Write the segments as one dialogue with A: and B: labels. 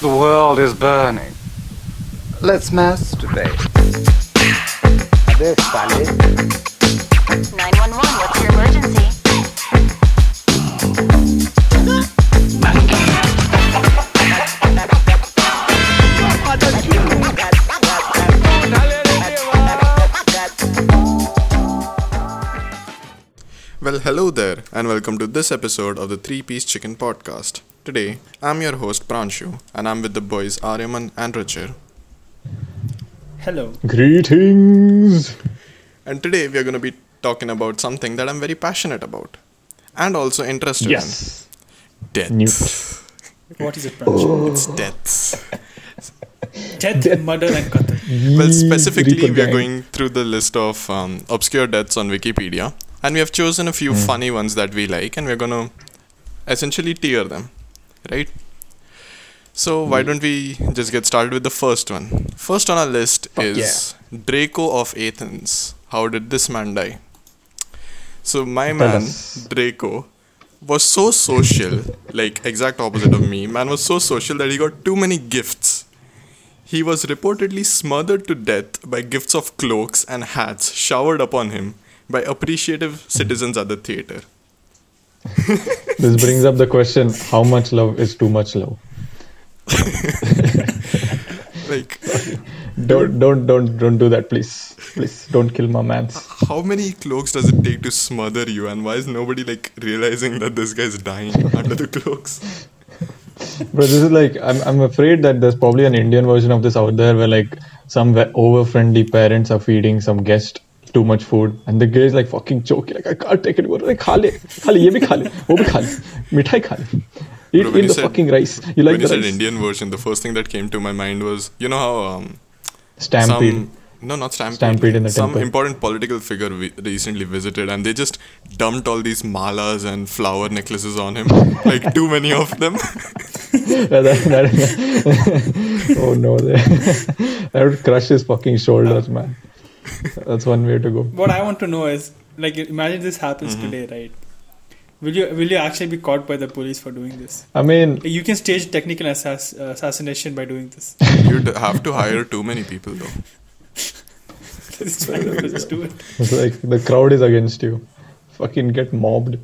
A: The world is burning. Let's masturbate.
B: This Sunday,
C: 911, what's your emergency?
D: Well, hello there, and welcome to this episode of the Three Piece Chicken Podcast. Today, I'm your host Pranshu, and I'm with the boys Aryaman and Richard.
E: Hello.
F: Greetings.
D: And today, we are going to be talking about something that I'm very passionate about and also interested
F: Yes.
D: in death.
F: Newt.
E: What is it, Pranshu?
D: It's deaths.
E: Death, murder, and Qatar.
D: Well,
F: Yee,
D: specifically,
F: Reaper
D: we are
F: gang.
D: going through the list of um, obscure deaths on Wikipedia, and we have chosen a few funny ones that we like, and we're going to essentially tier them, right? So, why don't we just get started with the first one? First on our list is Draco of Athens. How did this man die? So, my man,
F: us.
D: Draco, was so social, like exact opposite of me. Man was so social that he got too many gifts. He was reportedly smothered to death by gifts of cloaks and hats showered upon him by appreciative citizens at the theater.
F: This brings up the question: How much love is too much love?
D: Like,
F: Don't, don't, don't, don't do that, please. Please, don't kill my man's.
D: how many cloaks does it take to smother you, and why is nobody like realizing that this guy's dying under the cloaks?
F: But this is like I'm, I'm afraid that there's probably an Indian version of this out there where like some over friendly parents are feeding some guest too much food and the guy is like fucking choking like I can't take it. बोल रहा है, खा ले, खा ले, ये भी खा ले, वो भी खा ले, मिठाई खा ले. Eat,
D: Bro, when
F: eat
D: you
F: the
D: said-
F: fucking rice. You like
D: when you
F: the
D: said
F: rice?
D: Indian version, the first thing that came to my mind was you know how um,
F: Stampede.
D: Some, no, not stampede.
F: Stampede in the
D: Some
F: temple.
D: important political figure we recently visited, and they just dumped all these malas and flower necklaces on him, like too many of them.
F: Yeah, that- that- oh no, that that would crush his fucking shoulders, man. That's one way to go.
E: What I want to know is, like, imagine this happens
F: Mm-hmm.
E: today, right? Will you will you actually be caught by the police for doing this?
F: I mean,
E: You can stage technical assass- uh, assassination by doing this.
D: You'd have to hire too many people, though.
E: This is fine, let's just do it.
F: it's like the crowd is against you. Fucking get mobbed.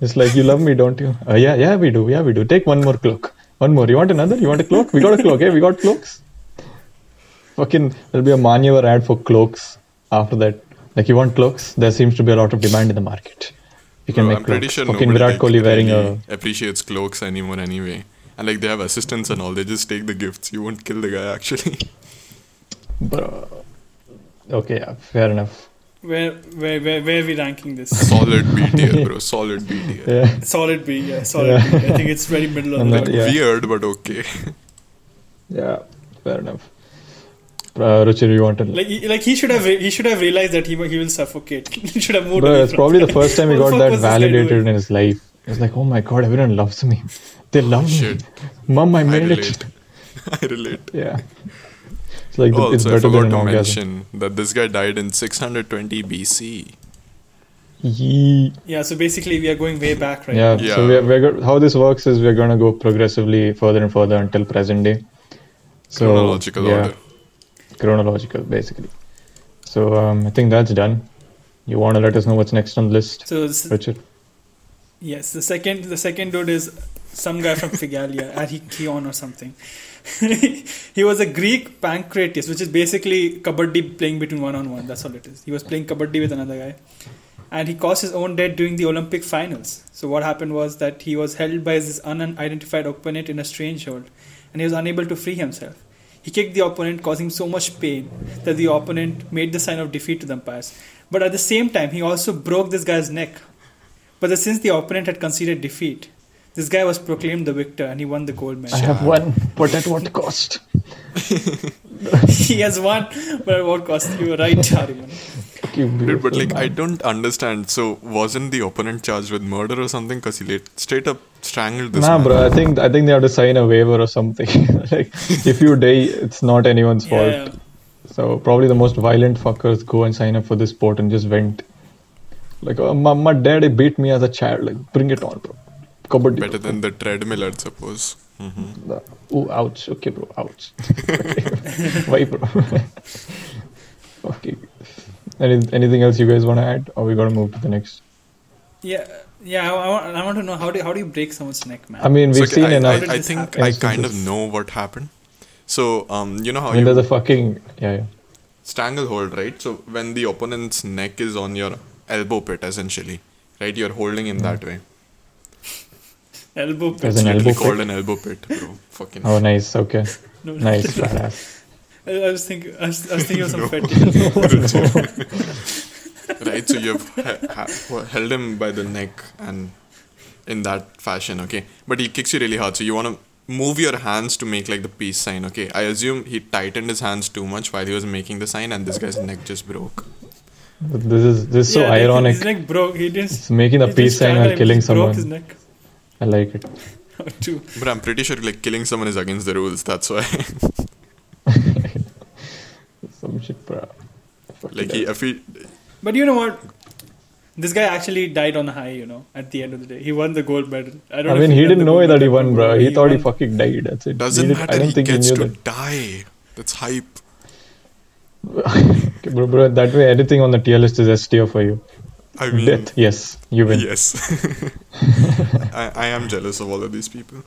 F: It's like you love me, don't you? Uh, yeah, yeah, we do. Yeah, we do. Take one more cloak. One more. You want another? You want a cloak? We got a cloak. Hey, we got cloaks. Fucking, there'll be a Manyavar ad for cloaks after that. Like, you want cloaks? There seems to be a lot of demand in the market. You can
D: Bro,
F: make
D: I'm pretty
F: cloaks.
D: sure
F: Fucking
D: nobody
F: Virat
D: like,
F: Kohli wearing
D: really
F: a
D: appreciates cloaks anymore, anyway. And like they have assistants and all, they just take the gifts. You won't kill the guy actually.
F: Bro. uh, Okay, yeah, fair enough.
E: Where where where, where are we ranking this?
D: solid B tier, bro. Solid B tier.
F: Yeah.
E: Solid B, yeah, solid B. I think it's very middle of
F: I'm
E: the
F: not-
E: road.
F: yeah.
D: Weird, but okay.
F: Yeah, fair enough. Uh, Ruchir, you want to?
E: Like, he- like he should have re- he should have realized that he wa- he will suffocate. he should have moved.
F: Bro,
E: away
F: it's
E: from
F: probably the
E: that.
F: first time he
E: What
F: got
E: the fuck
F: that
E: was this guy doing?
F: validated in his life. It's like, oh my god, everyone loves me. They love me.
D: Shit.
F: Mom, I
D: I
F: made it.
D: relate. I relate.
F: Yeah. It's like the-
D: Oh,
F: it's
D: also, I
F: better
D: forgot
F: than an
D: to
F: orgasm.
D: mention that this guy died in 620 BC.
F: Yee.
E: Yeah, so basically we are going way back, right?
F: Yeah.
D: Yeah.
F: So we're, we're go- how this works is we're gonna go progressively further and further until present day. So
D: Chronological
F: yeah,
D: order.
F: chronological basically. So um, I think that's done. You want to let us know what's next on the list,
E: So s-
F: Richard?
E: yes, the second the second dude is some guy from Figalia, Arikion or something. he was a Greek pancratius, which is basically kabaddi playing between one on one. That's all it is. He was playing kabaddi with another guy, and he caused his own death during the Olympic finals. So what happened was that he was held by his unidentified opponent in a strange hold, and he was unable to free himself. He kicked the opponent, causing so much pain that the opponent made the sign of defeat to the umpires. But at the same time, he also broke this guy's neck. But the- since the opponent had conceded defeat, this guy was proclaimed the victor and he won the gold medal
F: I have one, but at what cost?
E: he has won, but at what cost? You were right, Chariman.
F: You
D: Dude, but
F: beautiful
D: like, I
F: man.
D: don't understand. So, wasn't the opponent charged with murder or something? Because he late, straight up strangled this
F: Nah,
D: man.
F: bro. I think I think they have to sign a waiver or something. like, if you die, it's not anyone's fault.
E: Yeah,
F: So probably the most violent fuckers go and sign up for this sport and just vent. Like, oh, my, my daddy beat me as a child. Like, bring it on, bro. Kabaddi.
D: Better than the treadmill, I'd suppose. hmm
F: Ooh, ouch. Okay, bro. Ouch. Why, bro? okay. Any, anything else you guys want to add, or we gotta move to the next?
E: Yeah, yeah. I, I, want, I want to know how do how do you break someone's neck, man?
F: I mean, we've
D: So,
F: seen
D: I,
F: enough.
D: I, I think I kind of know what happened. So, um, you know how
F: I mean,
D: you
F: there's a fucking yeah, yeah.
D: stranglehold, right? So when the opponent's neck is on your elbow pit, essentially, right? You're holding him that way.
E: elbow
F: There's
E: pitch.
F: an
D: It's
F: elbow
D: literally called
F: pit.
D: an elbow pit, bro. Fucking.
F: Oh, nice. Okay,
E: No, no.
F: nice. Badass.
E: I, I was thinking, I was, I was thinking of some
D: No.
E: fetish.
D: right? So you've he- ha- held him by the neck and in that fashion, okay? But he kicks you really hard, so you want to move your hands to make like the peace sign, okay? I assume he tightened his hands too much while he was making the sign, and this guy's neck just broke.
F: This is this is so
E: Yeah, like,
F: ironic.
E: His neck broke. He didn't.
F: It's making a
E: he
F: peace
E: just
F: sign
E: strangled
F: while
E: him,
F: killing
E: just Broke
F: someone.
E: his neck.
F: I like it.
E: Too.
D: But I'm pretty sure like killing someone is against the rules, that's why.
F: Some shit, bro. Fuck
D: like,
F: it
D: he,
F: up.
D: if he,
E: But you know what? This guy actually died on a high, you know, at the end of the day. He won the gold medal. I, don't
F: I
E: know
F: mean,
E: if
F: he
E: won
F: didn't
E: the
F: know
E: gold
F: that he
E: medal,
F: won,
E: but
F: bro. He thought he
E: won.
F: fucking died. That's it.
D: doesn't
F: he did-
D: matter,
F: I don't
D: he
F: think
D: gets
F: he knew
D: to
F: that.
D: die. That's hype.
F: Okay, bro, bro, that way anything on the tier list is S tier for you.
D: I mean,
F: Death, yes, you win.
D: yes. I, I am jealous of all of these people.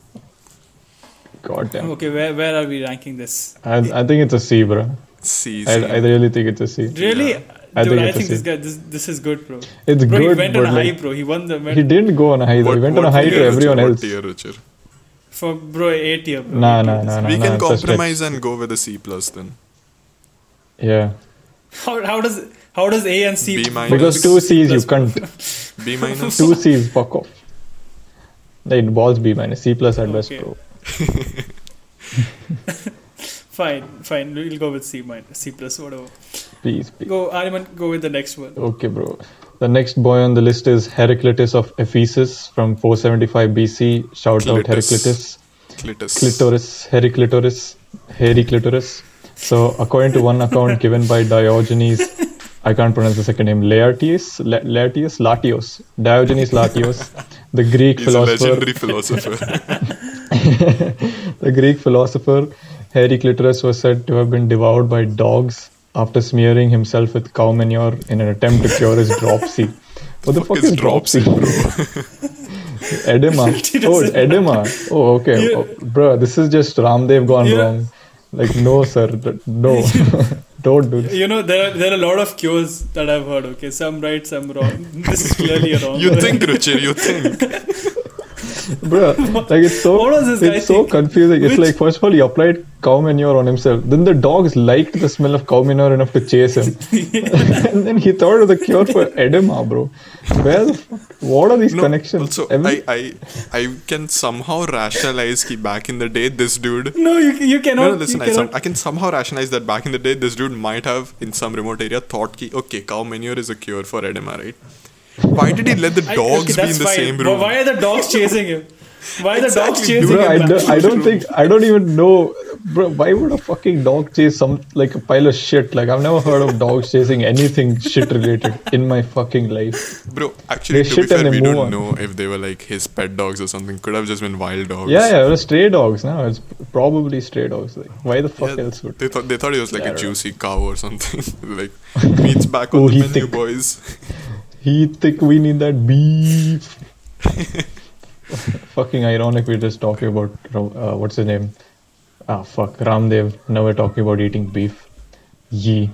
F: God damn.
E: Okay, where, where are we ranking this?
F: I, I think it's a C, bro.
D: See,
F: I,
D: see.
F: I really think it's a C.
E: Really?
F: I
E: Dude,
F: think
E: I
F: it's a
E: think this
F: C.
E: guy, this, this is good, bro.
F: It's
E: bro,
F: good,
E: he went
F: but
E: on a high,
F: like,
E: bro. He won the
F: he
E: medal
F: didn't go on a high. though. He went on a high to
D: tier,
F: everyone
D: Richard? What
F: else.
D: tier, Richard?
E: for bro A tier, bro.
F: Nah,
E: A tier.
F: nah, nah, nah.
D: we
F: nah,
D: can
F: it's a stretch.
D: compromise and go with a C plus then.
F: Yeah,
E: How, how does how does A and C
D: B minus.
F: because two C's you
E: That's-
F: can't.
D: B minus.
F: Two C's, fuck off. It balls B minus C plus at best,
E: Okay.
F: bro.
E: Fine, fine. We'll go with C minus, C plus, whatever.
F: Please, please.
E: Go, Ariman, go with the next one.
F: Okay, bro. The next boy on the list is Heraclitus of Ephesus from 475 BC. Shout out
D: Clitus.
F: Heraclitus.
D: Clitus.
F: clitoris, hairy clitoris, hairy clitoris. So, according to one account given by Diogenes, I can't pronounce the second name, Laertius, La- Laertius, Latios, Diogenes Latios, the Greek
D: He's a
F: philosopher,
D: legendary philosopher.
F: the Greek philosopher, hairy clitoris was said to have been devoured by dogs after smearing himself with cow manure in an attempt to cure his dropsy. What the fuck,
D: is
F: is dropsy, bro? edema. Oh,
E: doesn't
F: edema. Oh, okay.
E: You-
F: Oh, bro, this is just Ramdev gone
E: You-
F: wrong. Like, no, sir. th- No. Don't do this.
E: You know, there are, there are a lot of cures that I've heard, okay? Some right, some wrong. This is clearly a wrong
D: you
E: one.
D: think, Richard? You think?
F: Bro, like, it's so,
E: What was this guy
F: it's so
E: thinking?
F: confusing. It's
E: Which-
F: like, first of all, he applied cow manure on himself. Then the dogs liked the smell of cow manure enough to chase him. and then he thought of the cure for edema, bro. Where the fuck? What are these
D: No.
F: connections?
D: Also,
F: Every-
D: I, I, I can somehow rationalize ki back in the day this dude.
E: No, you, you cannot.
D: No, no, listen,
E: you
D: I,
E: cannot
D: some, I can somehow rationalize that back in the day this dude might have, in some remote area, thought ki, okay, cow manure is a cure for edema, right? Why did he let the
E: I-
D: dogs
E: okay,
D: be in
E: that's
D: the
E: fine.
D: same
E: But
D: room?
E: Why are the dogs chasing him? Why are the dogs
D: Exactly,
E: chasing
F: Bro, I,
E: him?
F: do, I don't think I don't even know, bro. Why would a fucking dog chase some like a pile of shit? Like I've never heard of dogs chasing anything shit related in my fucking life.
D: Bro, actually, to
F: They
D: be
F: shit and
D: fair,
F: they
D: we
F: move
D: don't
F: on.
D: know if they were like his pet dogs or something. Could have just been wild dogs.
F: Yeah, yeah, it was stray dogs. Now it's probably stray dogs. Like why the fuck
D: Yeah,
F: else would?
D: They thought they thought he was like
F: Yeah,
D: a
F: right.
D: juicy cow or something. like meat's back on
F: Oh,
D: the
F: he
D: menu,
F: thick.
D: boys.
F: He think we need that beef. fucking ironic. We're just talking about uh, what's his name? Ah, fuck, Ramdev. Now we're talking about eating beef. Yee.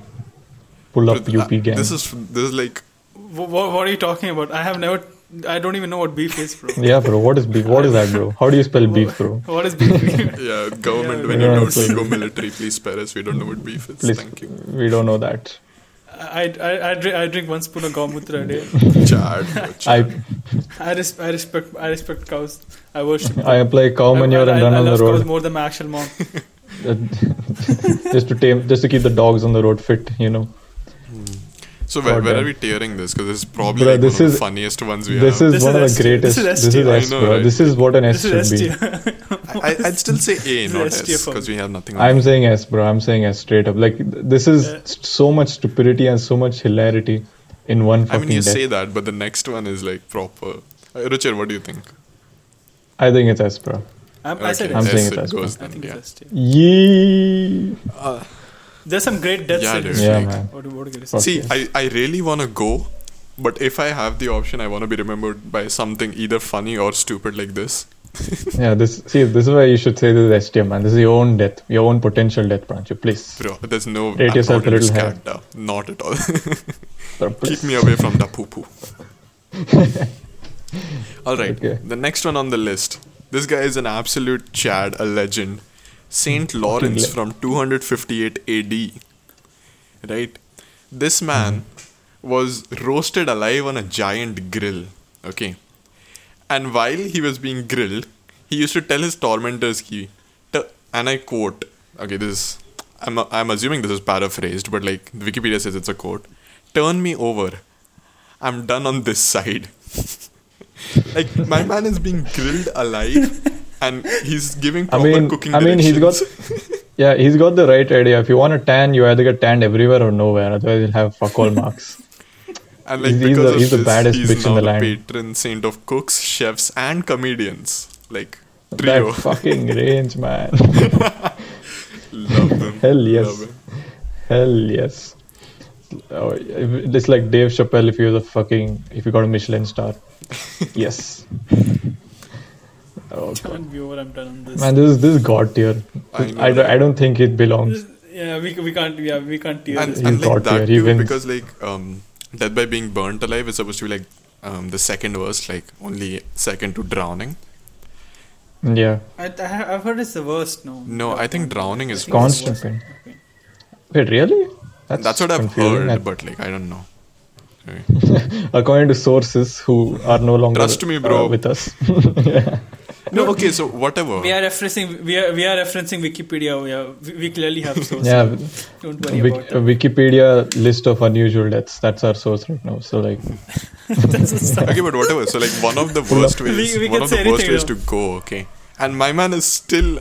F: Pull up
D: But, uh,
F: UP gang.
D: This is this is like
E: What, what are you talking about? I have never. I don't even know what beef is, bro.
F: Yeah, bro. What is beef? What is that, bro? How do you spell beef, bro?
E: What is beef?
D: yeah, government
E: Yeah,
D: when
F: yeah,
D: you
F: it's like-
D: don't go military, please spare us. We don't know what beef is.
F: Please,
D: Thank you.
F: we don't know that.
E: I, I, I, drink, I drink one spoon of gaumutra a day.
D: Chad, bro, Chad.
F: I
E: I, res- I respect I respect cows. I worship.
F: I apply cow
E: I-
F: manure
E: I,
F: and
E: I,
F: run
E: I
F: on the
E: love cows
F: road
E: more than my actual mom.
F: Uh, just to tame, just to keep the dogs on the road fit. You know,
D: so where,
F: God
D: where
F: damn.
D: are we tearing this? Because this is probably
F: Bro,
D: like,
F: this
D: one of
F: is-
D: the funniest ones we
F: this
D: have.
F: is
E: This
F: one
E: is
F: of
E: S
F: the
E: tier.
F: greatest.
E: This is S
F: This is
E: tier.
D: I
F: S,
D: know,
F: bro.
D: right?
F: This is what an S
E: This is S
F: should be.
E: tier.
D: I, I'd still say A,
E: is
D: not
E: S
D: S,
E: tier for
D: because we have nothing.
F: I'm
D: on
F: saying S, bro. I'm saying S straight up. Like th- this is
E: Yeah.
F: so much stupidity and so much hilarity in one
D: I
F: fucking
D: mean, you
F: day.
D: say that, but the next one is like proper. Uh, Richard, what do you think?
F: I think it's Espera.
E: I'm, I said
D: Okay,
E: it.
F: I'm
D: yes,
F: saying it as
D: goes
E: I
D: then,
E: think
D: yeah.
E: it's Esther.
F: Yee.
E: There's some great deaths
D: Yeah,
E: in
D: dude.
E: this
F: Yeah,
E: week.
F: man.
E: What, what can you say?
F: Fuck.
D: See,
F: Okay.
D: I, I really want to go, but if I have the option, I want to be remembered by something either funny or stupid like this.
F: Yeah, this see this is why you should say this is STM man. This is your own death, your own potential death, Pranchu. Please.
D: Bro, there's no.
F: Rate
D: I'm
F: yourself
D: not
F: a
D: into
F: little higher.
D: Skagda. Not at all.
F: Bro,
D: Keep
F: please.
D: me away from the poo poo. Alright,
F: Okay.
D: the next one on the list. This guy is an absolute Chad, a legend. Saint Lawrence
F: le-
D: from 258 AD. Right? This man was roasted alive on a giant grill. Okay. And while he was being grilled, he used to tell his tormentors, he, t- and I quote, okay, this is, I'm, I'm assuming this is paraphrased, but like Wikipedia says it's a quote, turn me over. I'm done on this side. like, my man is being grilled alive and he's giving
F: I
D: proper
F: mean,
D: cooking
F: I mean, he's got.
D: directions.
F: Yeah, he's got the right idea. If you want to tan, you either get tanned everywhere or nowhere. Otherwise, you'll have fuck all marks.
D: And like
F: He's- he's
D: because
F: the-
D: of
F: he's the
D: this,
F: baddest
D: he's
F: bitch in
D: now
F: the
D: the
F: land.
D: patron saint of cooks, chefs, and comedians. Like trio,
F: that fucking range, man.
D: love them.
F: Hell yes.
D: Love him.
F: Hell yes. Oh, if- it's like Dave Chappelle if he was a fucking if you got a Michelin star. Yes. Oh,
E: Turn me over, I'm done on this.
F: man, this is this is god tier.
D: I
F: This-
D: know,
F: I, don't-
D: right?
F: I don't think it belongs.
E: Yeah, we, we can't. Yeah, we can't tear
D: And,
E: this.
F: He's
D: and like
F: God tier,
D: that
F: he
D: too,
F: wins.
D: because like um, death by being burnt alive is supposed to be like um, the second worst, like only second to drowning.
F: Yeah,
E: I, I, have- I've heard it's the worst. No.
D: No, I think drowning is
E: I think
D: worse.
E: it's the
F: Constant
E: worst. Okay.
F: Wait, really?
D: That's what I've
F: confusing.
D: heard,
F: That-
D: but like I don't know. Okay.
F: according to sources who are no longer
D: Trust me, bro.
F: uh, with us.
D: No, okay, so whatever.
E: We are referencing. We are we are referencing Wikipedia. Yeah, we, we clearly have sources.
F: yeah,
E: Don't worry
F: Wik-
E: about
F: uh, Wikipedia list of unusual deaths. That's our source right now. So like,
E: that. That's a start.
D: Okay, but whatever. So like one of the worst ways,
E: We- we
D: one
E: can
D: of the
E: say
D: worst
E: anything
D: ways
E: now.
D: to go. Okay, and my man is still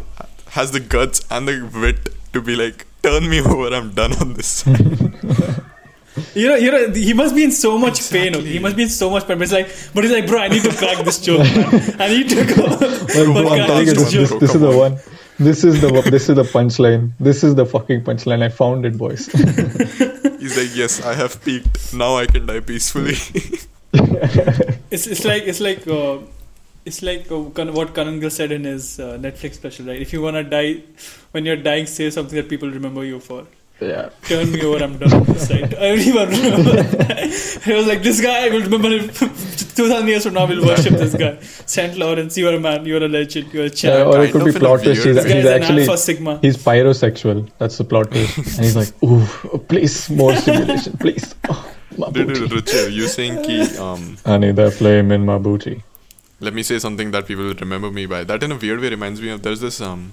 D: has the guts and the wit to be like, turn me over. I'm done on this.
E: You know, you know, he must be in so much pain. Okay? He must be in so much pain. But it's like, but he's like, bro, I need to crack this joke. Man. I need to go.
F: Well, bro,
E: crack
F: I'm telling you,
E: this
F: this,
E: joke.
F: this, this is the one. This is the this is the punchline. This is the fucking punchline. I found it, boys.
D: He's like, yes, I have peaked. Now I can die peacefully.
E: It's, it's like it's like uh, it's like uh, Kan- what Kanangal said in his uh, Netflix special, right? If you wanna die, when you're dying, say something that people remember you for.
F: yeah,
E: Turn me over, I'm done on this side. Everyone remember. I was like, this guy, I will remember him. 2000 years from now, we'll worship this guy. St. Lawrence, you are a man, you are a legend, you are a
F: yeah
E: champ.
F: or
D: kind
F: it could
D: of
F: be
D: in a
F: plot twist.
D: weird
E: this
F: He's,
E: guy
F: he's
E: is an
F: actually
E: alpha sigma.
F: he's pyrosexual. That's the plot twist. And he's like, ooh, please, more stimulation, please. Oh, my
D: Dude, dude,
F: booty.
D: Ruchi, you saying ki, um,
F: I need that flame in my booty.
D: let me say something that people will remember me by. That in a weird way reminds me of there's this um,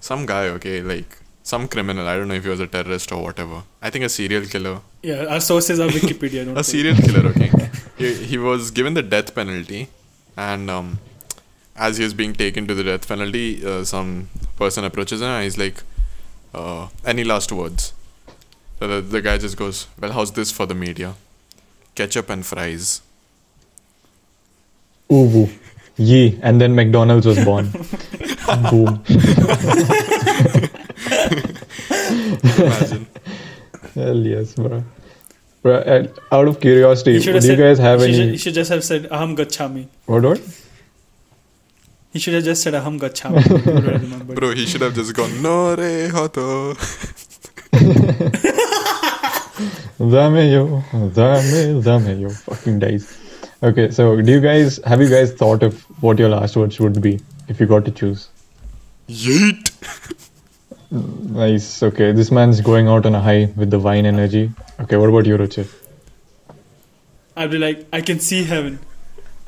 D: some guy. Okay, like some criminal. I don't know if he was a terrorist or whatever. I think a serial killer.
E: Yeah, our sources are Wikipedia. Don't
D: a
E: worry.
D: serial killer okay he, he was given the death penalty and um, as he was being taken to the death penalty uh, some person approaches him and he's like uh, any last words so the, the guy just goes well how's this for the media ketchup and fries
F: Ooh, woo. Yee. And then McDonald's was born. Boom.
D: imagine
F: Hell yes, bro. Bro, and out of curiosity,
E: He should
F: do
E: have said-
F: you guys have
E: he should-
F: any?
E: He should just have said, aham gachami.
F: What? What?
E: He should have just said, aham gachami. You would have remembered.
D: bro he should have just gone no re hoto
F: Dame yo, dame, dame yo, fucking dies. Okay, so do you guys have you guys thought of what your last words would be if you got to choose?
D: yeet
F: Nice. Okay, this man's going out on a high with the wine energy. Okay, what about you, Richard?
E: I'd be like, I can see heaven.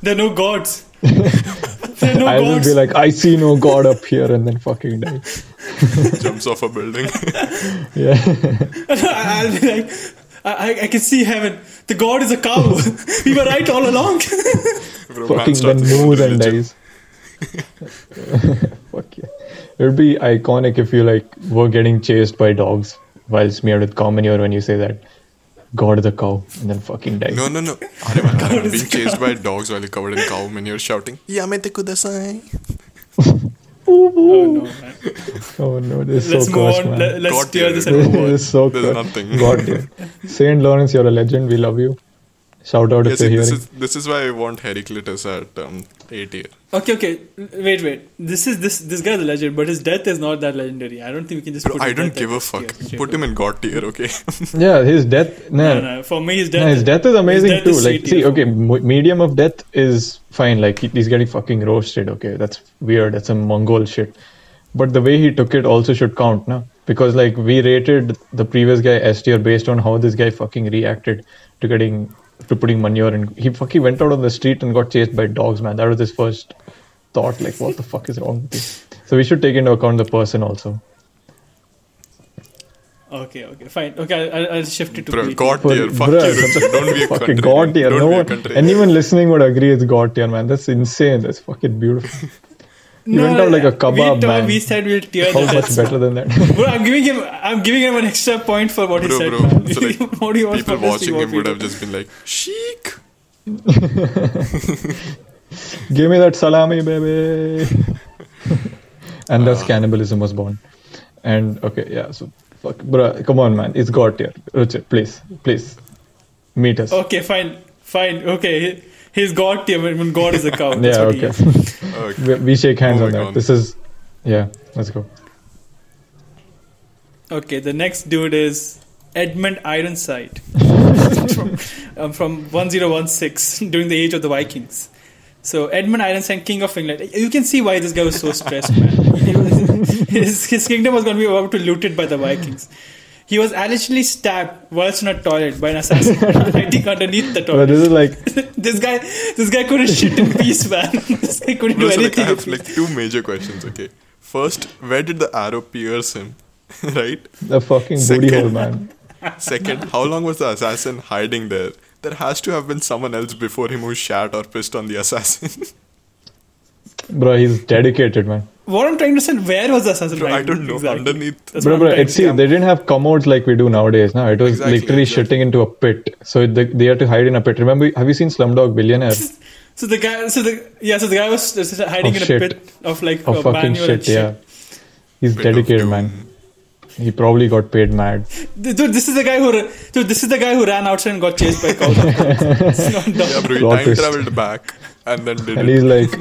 E: There are no gods. there are no
F: I will
E: gods.
F: be like, I see no god up here, and then fucking die.
D: jumps off a building
F: Yeah.
E: I- I'll be like, I, I, I can see heaven. The god is a cow. we were right all along.
D: Bro, man
F: fucking
D: starts
F: then
D: his
F: moves and
D: religion.
F: dies. Fuck yeah. It would be iconic if you like were getting chased by dogs while smeared with common urine when you say that. God the cow, and then fucking died.
D: No, no, no. Arey, man, I'm being chased by dogs while you're covered in cow manure shouting, Yamete kudasai.
E: Oh no, man.
F: Oh no, this is
E: Let's
F: so
E: move
F: cursed,
E: on.
F: man.
E: Let, let's
D: God
E: steer
D: tier.
E: this
F: This
E: and move on.
F: is so
D: There's
F: cursed.
D: nothing.
F: God dear. Saint Lawrence, you're a legend. We love you. Shout out
D: Yeah,
F: if you're
D: see, this
F: hearing.
D: is this is why I want Heraclitus at um, 8 year.
E: Okay, okay. Wait, wait. This is this this guy's a legend, but his death is not that legendary. I don't think we can just.
D: Bro,
E: put
D: I
E: his
D: don't
E: death
D: give
E: at
D: a
E: this
D: fuck.
E: tier.
D: Put him in God tier, okay?
F: Yeah, his death. Nah,
E: No, no. For me, his death.
F: nah, his death is amazing
E: death
F: too.
E: is
F: Like,
E: sweet
F: see,
E: too.
F: okay, mo- medium of death is fine. Like, he- he's getting fucking roasted. Okay, that's weird. That's some Mongol shit. But the way he took it also should count, no? Because like we rated the previous guy S tier based on how this guy fucking reacted to getting to putting manure and he fucking went out on the street and got chased by dogs, man. That was his first thought. Like, what the fuck is wrong with you? So we should take into account the person also.
E: Okay, okay, fine. Okay, I'll- I'll, I'll shift it to
D: Bro,
E: BT.
D: God tier. Fuck
F: Bruh,
D: you, Richard. Don't be a
F: fucking
D: country.
F: god tier.
D: Don't
F: No
D: be a
F: one,
D: country.
F: anyone listening would agree it's god tier, man. That's insane. That's fucking beautiful. You went out like a
E: we
F: kebab,
E: told-
F: man.
E: We said we'll tear
F: How
E: the
F: much
E: death.
F: better than that?
E: Bro, I'm giving him. I'm giving him an extra point for what
D: Bro,
E: he said.
D: bro,
E: Man.
D: so, like,
E: what do you want
D: People
E: from this?
D: watching
E: You
D: him
E: want
D: would
E: me
D: have
E: to-
D: just been like, chic.
F: Give me that salami, baby. and
D: Uh.
F: thus cannibalism was born. And okay, yeah. So fuck, bruh, come on, man. It's god tier. Richard, please, please, meet us.
D: Oh,
E: Okay, fine, fine. Okay, he- he's God tier. When when God is a cow. That's
F: yeah,
E: what he
F: okay.
E: is.
D: Okay.
F: we, we shake hands on
D: Moving
F: that.
D: on.
F: This is, yeah. Let's go.
E: Okay, the next dude is Edmund Ironside from, um, from 1016 during the age of the Vikings. So Edmund Ironside, King of England. You can see why this guy was so stressed, man. He was- his, his kingdom was going to be about to be looted by the Vikings. He was allegedly stabbed whilst in a toilet by an assassin hiding underneath the
F: But
E: toilet.
F: this is like
E: this guy, this guy couldn't shit in peace, man. this guy couldn't
D: Bro,
E: do
D: so,
E: anything.
D: like, I
E: in
D: have
E: peace.
D: like two major questions, okay? First, where did the arrow pierce him? right?
F: the fucking booty
D: Second.
F: hole, man.
D: Second, how long was the assassin hiding there? There has to have been someone else before him who shat or pissed on the assassin.
F: Bro, he's dedicated, man.
E: what I'm trying to say, where was the assassin?
D: Bro, I
E: hiding
D: don't know.
E: exactly?
D: Underneath.
E: That's
F: Bro,
E: what
F: bro,
E: I'm trying
F: it's
E: to
F: see,
E: say.
F: they didn't have commodes like we do nowadays. Now it was
D: Exactly,
F: literally
D: exactly.
F: shitting into a pit, so the, they had to hide in a pit. Remember, have you seen Slumdog Billionaire?
E: So the guy, so the yeah, so the guy was uh, hiding
F: Of
E: in a
F: Oh, shit.
E: pit of like
F: Oh
E: a
F: fucking
E: manual
F: shit,
E: and shit.
F: yeah. He's
D: Bit of
F: dedicated,
D: doom.
F: man. He probably got paid mad.
E: Th- Dude, this is the guy who, ra- dude, this is the guy who ran outside and got chased by cows. It's not dumb.
D: Yeah, bro,
F: Plot
D: he time
F: twist.
D: traveled back and then did
F: And
D: it.
F: he's like,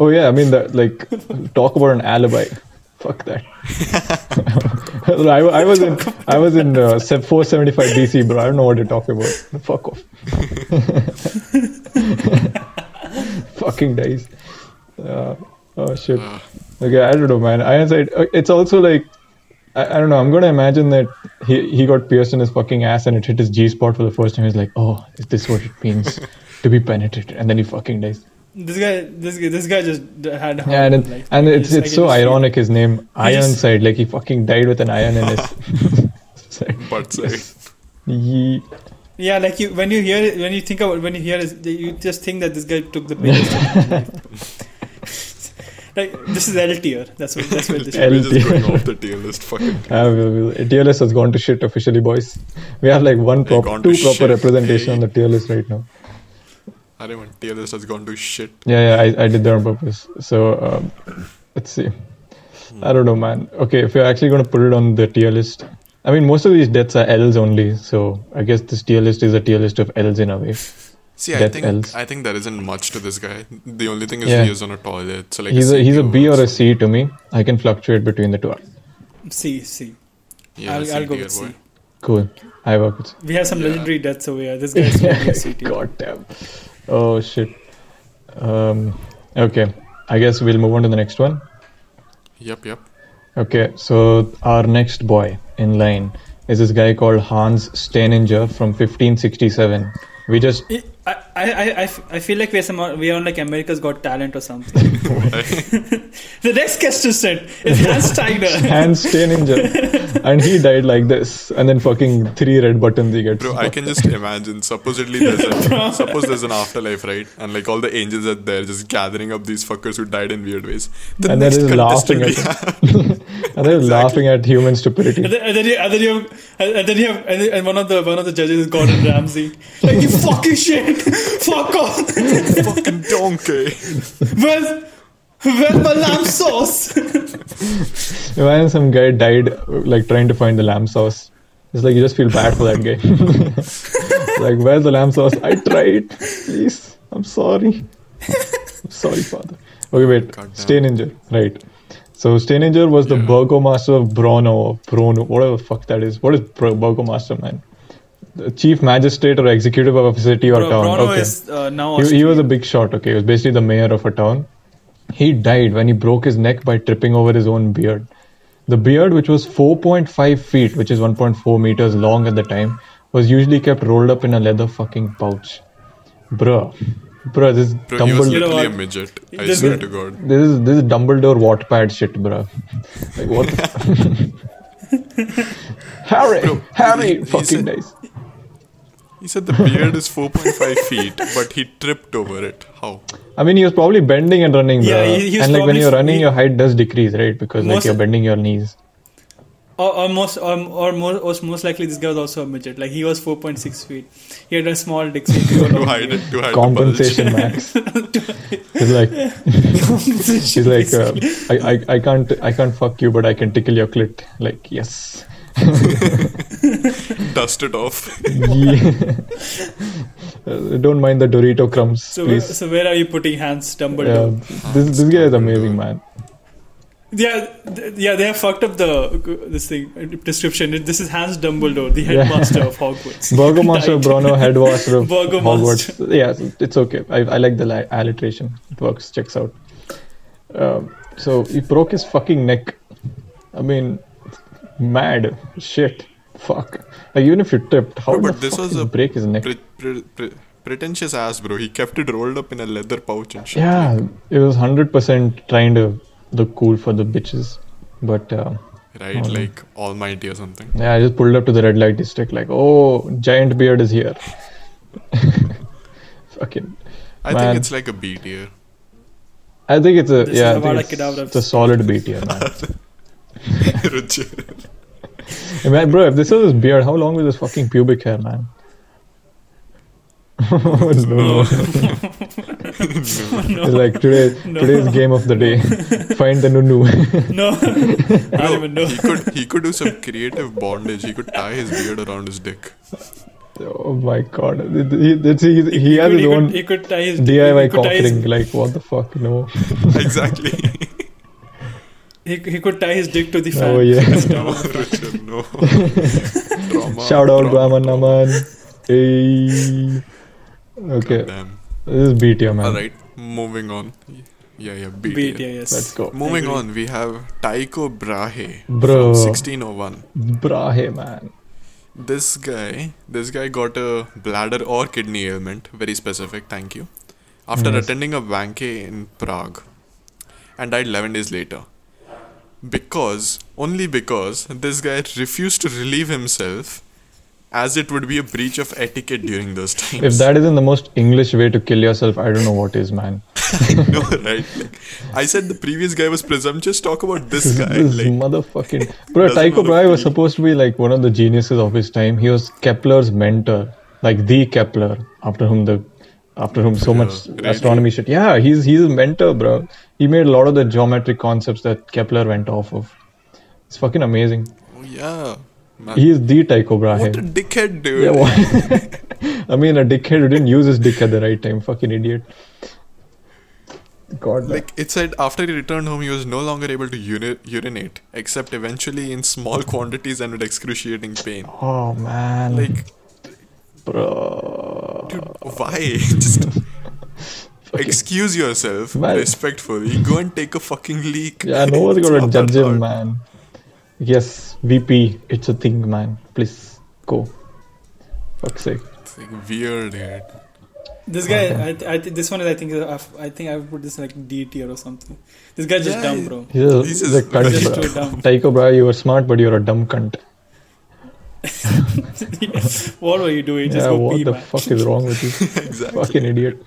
F: oh yeah, I mean that. Like, talk about an alibi. Fuck that. Bro, I, I was in I was in uh, 475 BC, bro. I don't know what you're talking about. Fuck off. Fucking dies. Uh, oh shit. Okay, I don't know, man. Ironside. uh, It's also like. I, I don't know. I'm gonna imagine that he, he got pierced in his fucking ass and it hit his G spot for the first time. He's like, "Oh, is this what it means to be penetrated?" And then he fucking dies.
E: This guy, this guy, this guy just d- had. a
F: Yeah, and,
E: hard
F: it,
E: life.
F: and
E: He
F: it's
E: just- I
F: it's
E: can
F: so
E: just feel-
F: ironic his name
E: He just-
F: Ironside. Like he fucking died with an iron in his. side.
D: But sorry.
F: Ye-
E: Yeah, like you when you hear it, when you think about when you hear it, you just think that this guy took the biggest. like this is L tier. That's what. That's what this.
F: L
D: We're just
F: tier.
D: going off the tier list. Fuck it.
F: Ah, well, well, TLS has gone to shit officially, boys. We have like one
D: They've
F: prop,
D: gone
F: two
D: to
F: proper
D: shit. eh?
F: representation on
D: Hey.
F: the TLS right now.
D: Arey, man, tier list has gone to shit.
F: Yeah, yeah, I, I did that on purpose. So um, let's see. I don't know, man. Okay, if you're actually going to put it on the tier list, I mean, most of these deaths are L's only. So I guess this tier list is a tier list of L's in a way.
D: See, I
F: Death
D: think
F: L's.
D: I think there isn't much to this guy. The only thing is
F: Yeah.
D: he is on a toilet. So like
F: He's a he's a
D: CTO
F: B or a
D: works.
F: C to me. I can fluctuate between the two.
E: C C.
D: Yeah,
E: I'll, I'll go
D: CTO
E: with C.
D: boy.
F: Cool. I work with.
E: We have some legendary deaths over here. This guy's going C tier.
F: God damn. Oh shit. Um. Okay. I guess we'll move on to the next one.
D: Yep, yep.
F: Okay, so our next boy in line is this guy called Hans Steininger from 1567. We just
E: I- I, I, I- I, f- I feel like we're, some, we're on like America's Got Talent or something. the next contestant is Hans Steiner.
F: Hans Steininger. and he died like this. And then fucking three red buttons he gets.
D: Bro, I can just imagine. Supposedly, there's a, suppose there's an afterlife, right? And like all the angels are there, just gathering up these fuckers who died in weird ways. The
F: And they're
D: next
F: just
D: contestant
F: laughing
D: we
F: at
D: have-
F: and they're laughing at human stupidity.
E: And then, and then you, and then you, have, and and then you have, and, then- and one of the one of the judges is Gordon Ramsay. Like you fucking shit, fuck off.
D: fucking donkey.
E: Where's where's my lamb sauce?
F: Imagine some guy died like trying to find the lamb sauce. It's like you just feel bad for that guy. like, where's the lamb sauce? I tried. Please. I'm sorry. I'm sorry, father. Okay, wait.
D: Goddamn.
F: Steininger. Right. So Steininger was the burgomaster of Brno or Brno, whatever the fuck that is. What is bur- burgomaster, man? The chief magistrate or executive of a city or
E: Bro,
F: town.
E: Bruno
F: okay
E: is uh, now.
F: he, he
E: Austria.
F: was a big shot okay he was basically the mayor of a town he died when he broke his neck by tripping over his own beard the beard which was 4.5 feet which is 1.4 meters long at the time was usually kept rolled up in a leather fucking pouch bruh bruh this is
D: Bro, he was
F: Dumbledore-
E: You know
D: literally a
E: what?
D: midget. I
E: This-
D: swear to God.
F: this is this is Dumbledore Wattpad shit, bruh. Like what? the- Harry, Harry,
D: he- he
F: fucking
D: said-
F: nice.
D: He said the beard is 4.5 feet, but he tripped over it. How?
F: I mean, he was probably bending and running,
E: Yeah,
F: bruh.
E: he- he was
F: and like when
E: probably-
F: you're running,
E: he-
F: your height does decrease, right? Because like
E: Most-
F: you're bending your knees.
E: or, or most or, or most, was most likely this guy was also a midget. Like he was 4.6 feet. He had a small dick. so he was
D: To
E: long.
D: hide it. To hide the bulge.
F: compensation max. He's like, she's like, uh, I, I, I can't, I can't fuck you, but I can tickle your clit. Like, yes.
D: Dust it off.
F: Yeah. Uh, Don't mind the Dorito crumbs,
E: So, where-
F: please.
E: so where are you putting Hans
F: Yeah,
E: Dumbledore?
F: this this guy is amazing, man.
E: Yeah, th- yeah, they have fucked up the this thing uh, description. It- This is Hans Dumbledore, the
F: Yeah.
E: headmaster of Hogwarts.
F: Burgomaster
E: Died.
F: Bruno, headmaster of
E: Burgomaster.
F: Hogwarts. Yeah, it's okay. I, I like the li- alliteration. It works. Checks out. Um, so he broke his fucking neck. I mean, mad shit. Fuck. Like even if you tipped, how
D: Bro,
F: did
D: but
F: the
D: this
F: fuck
D: was
F: did
D: a
F: you break his neck?
D: Pre- pre- pre- pretentious ass, bro. He kept it rolled up in a leather pouch and shit.
F: Yeah, it was hundred percent trying to look cool for the bitches, but. um
D: Right? Like Almighty or something.
F: Yeah, I just pulled up to the red light district, like, oh, giant beard is here. Fucking.
D: I
F: Man.
D: think it's like a B tier.
F: I think it's a
E: This is
F: yeah. I think
E: Avada
F: it's,
E: Kedavra.
F: it's a solid beat here, man.
D: Ruchi-
F: Hey, man, bro, if this was his beard, how long was his fucking pubic hair, man? no. It's like today, today's game of the day. Find the nunu.
E: No, I don't even know.
D: he could he could do some creative bondage. He could tie his beard around his dick.
F: oh my god, he, that's- he, he, has
E: could,
F: his
E: could-
F: own
E: he could tie his he
F: DIY
E: could
F: cock
E: tie his-
F: ring. Like, what the fuck, no?
D: Exactly.
E: He, he could tie his dick to the fan.
F: Oh yeah.
D: no, Richard, no. Trauma,
F: Shout out to
D: trauma,
F: Aman Aman. Hey. Okay,
D: Damn.
F: this is beat here, man.
D: All right, moving on. Yeah, yeah, B
E: Beat,
D: tier.
E: yeah, yes.
F: Let's go,
D: Moving on, we have Tycho Brahe,
F: bro.
D: 1601.
F: Brahe, man.
D: This guy, this guy got a bladder or kidney ailment, very specific, thank you, after attending a banquet in Prague and died 11 days later. Because, only because, this guy refused to relieve himself as it would be a breach of etiquette during those times.
F: If that isn't the most English way to kill yourself, I don't know what is, man.
D: no, right? Like, I said the previous guy was presumptuous, talk about this
F: This,
D: guy.
F: this
D: Like,
F: motherfucking bro,
D: Doesn't
F: Tycho
D: wanna
F: Brahe was
D: kill.
F: supposed to be like one of the geniuses of his time. He was Kepler's mentor, like the Kepler, after whom the after whom so much
D: really?
F: astronomy shit. Yeah, he's he's a mentor, bro. He made a lot of the geometric concepts that Kepler went off of. It's fucking amazing.
D: oh, yeah. Man.
F: He is the Tycho Brahe.
D: what a dickhead, dude.
F: Yeah, what- I mean, a dickhead who didn't use his dick at the right time. Fucking idiot. God, man.
D: Like it said, after he returned home, he was no longer able to uri- urinate, except eventually in small quantities and with excruciating pain.
F: Oh man,
D: Like,
F: bro.
D: dude, why? Just excuse yourself
F: Man.
D: respectfully. Go and take a fucking leak.
F: Yeah, no one's gonna
D: It's not
F: judge
D: that
F: him,
D: hard.
F: man. Yes, VP, it's a thing, man. Please go. Fuck's sake.
D: It's like weird, dude.
E: This guy, I, th- I th- this one is, I think, is- I think I would put this like D tier or something. This guy's just
D: Yeah,
E: dumb,
D: he-
E: bro.
F: He's a,
D: This
F: he's
D: is
F: a cunt.
E: just
F: bro.
E: too dumb.
F: Tycho Brahe, you were smart, but you're a dumb cunt.
E: what were you doing? Just
F: yeah,
E: go
F: what
E: pee,
F: the
E: man.
F: fuck is wrong with you?
D: exactly.
F: Fucking idiot.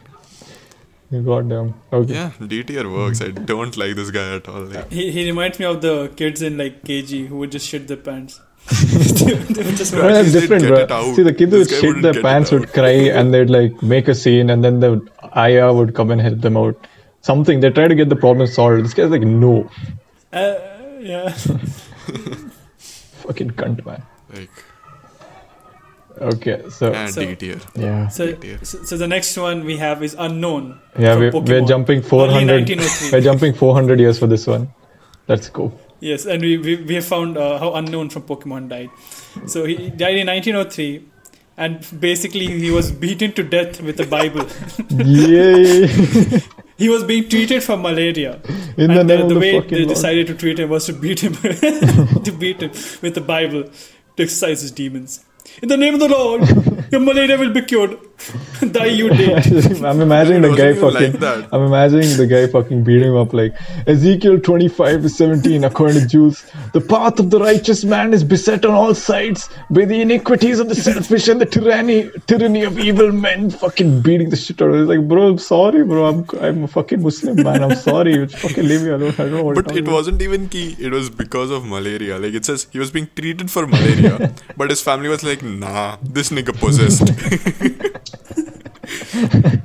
F: Goddamn. Okay.
D: Yeah, D tier works. I don't like this guy at all. Like,
E: He, he reminds me of the kids in like KG who would just shit their pants. they would just
F: No, that's
D: They'd
F: different,
D: get
F: bro.
D: it out.
F: See, the kids
D: This
F: would
D: guy
F: shit
D: wouldn't
F: their
D: get it
F: pants, would
D: out.
F: cry, and they'd like make a scene, and then the Aya would come and help them out. Something. They try to get the problem solved. This guy's like, no.
E: uh, yeah.
F: Fucking cunt, man.
D: like
F: Okay, so.
D: eh,
E: So-
D: D tier.
F: Yeah.
E: So,
D: dear.
E: so so the next one we have is unknown. oh
F: Yeah,
E: from
F: we, we're
E: Pokemon.
F: jumping
E: Early
F: 400.
E: 1903.
F: We're jumping 400 years for this one. Let's go.
E: Yes, and we, we, we have found uh, how Unknown from Pokemon died. So he died in 1903, and basically he was beaten to death with a Bible.
F: Yay!
E: he was being treated for malaria.
F: In
E: and
F: the name
E: the,
F: of the
E: way
F: fucking
E: they
F: Lord.
E: decided to treat him was to beat him to beat him with the Bible to exorcise his demons. In the name of the Lord, your malaria will be cured. Die you did.
F: I'm imagining the
D: It
F: guy
D: wasn't even
F: fucking.
D: like that.
F: I'm imagining the guy fucking beat him up like Ezekiel 25 to 17, according to Jews. The path of the righteous man is beset on all sides by the iniquities of the selfish and the tyranny tyranny of evil men. Fucking beating the shit out of him. Like, bro, I'm sorry, bro. I'm I'm a fucking Muslim man. I'm sorry. You fucking leave me alone. I don't know what. you're
D: But
F: talking
D: it wasn't even key. It was because of malaria. Like it says, he was being treated for malaria, but his family was like, "Nah, this nigga possessed."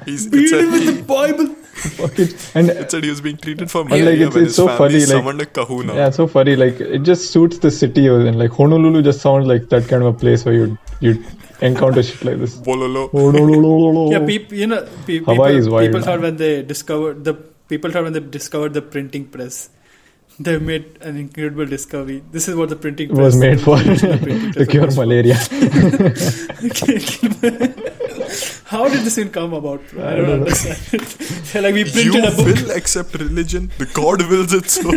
D: He's, it,
E: Beat him with
D: said,
E: the Bible.
F: about. Fucking- and
D: it said he was being treated for
F: like,
D: malaria
F: it's-
D: when
F: it's
D: his
F: so
D: family
F: funny, like-
D: summoned a kahuna.
F: Yeah, it's so funny. Like it just suits the city, and like Honolulu just sounds like that kind of a place where you you encounter shit like this.
D: Bololo.
F: Honolulu.
E: Yeah, peop, you know, pe- people,
F: Oh. Hawaii is wild,
E: people thought
F: man.
E: when they discovered the people thought when they discovered the printing press, they made an incredible discovery. This is what the printing
F: It
E: press
F: was made for
E: the printing
F: to
E: press
F: cure
E: was for.
F: malaria.
E: How did this even come about? bro? I,
F: I
E: don't,
F: don't know.
E: understand. They're like we
D: You
E: printed a book.
D: will accept religion. The God wills it so.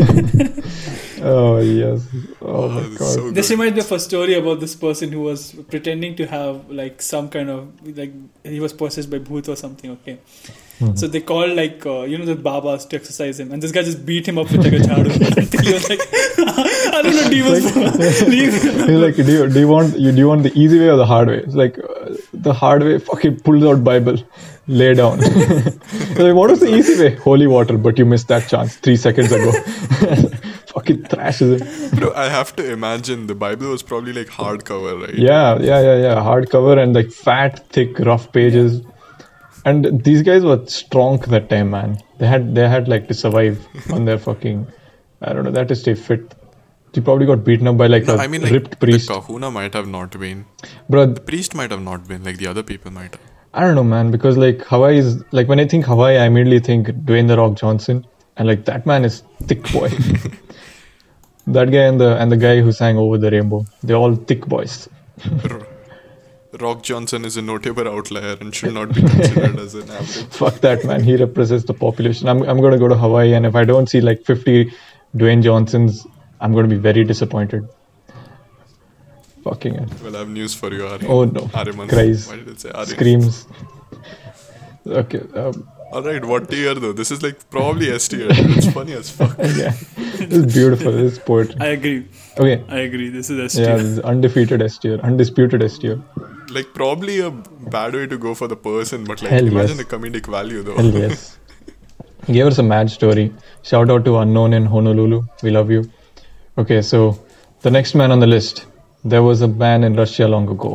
F: Oh yes. Oh
D: Oh,
F: my
D: it's
F: god.
D: so
E: This
D: good.
E: reminds me of a story about this person who was pretending to have like some kind of like he was possessed by bhoot or something. Okay,
F: Hmm.
E: so they called like uh, you know the babas to exercise him, and this guy just beat him up with like a jhadu. until he was like, I don't know, demons, leave.
F: He's like, do you, do you want you do you want the easy way or the hard way? It's like uh, the hard way. Fucking pulls out Bible, lay down. like, what was the easy way? Holy water, but you missed that chance three seconds ago. fucking thrashes him.
D: Bro, I have to imagine the Bible was probably like hardcover, right?
F: Yeah, yeah, yeah, yeah. Hardcover and like fat, thick, rough pages. And these guys were strong that time, man. They had they had like to survive on their fucking I don't know, that to stay fit. They probably got beaten up by like
D: No,
F: a
D: I mean, like
F: ripped priest.
D: the Kahuna might have not been.
F: Bro,
D: Priest might have not been. Like the other people might. have.
F: I don't know, man, because like Hawaii is like when I think Hawaii, I immediately think Dwayne the Rock Johnson, and like that man is thick boy. that guy and the and the guy who sang over the rainbow, they're all thick boys.
D: Rock Johnson is a notable outlier and should not be considered as an average.
F: fuck that man he represents the population i'm, I'm going to go to hawaii and if i don't see like 50 dwayne johnsons i'm going to be very disappointed fucking hell.
D: Well, I have news for you, Aryan.
F: oh no
D: Aryaman.
F: cries
D: Why did it say Aryan?
F: screams okay um,
D: Alright, what tier though? This is like probably S tier. dude. It's funny as fuck.
F: yeah this is beautiful this is poetry
E: I agree.
F: okay
E: I agree. This is S
F: yeah
E: tier.
F: this is undefeated s tier undisputed s tier
D: Like, probably a bad way to go for the person, but like,
F: Hell
D: imagine
F: yes.
D: the comedic value though.
F: hell yes gave us a mad story shout out to unknown in honolulu we love you okay so the next man on the list there was a man in russia long ago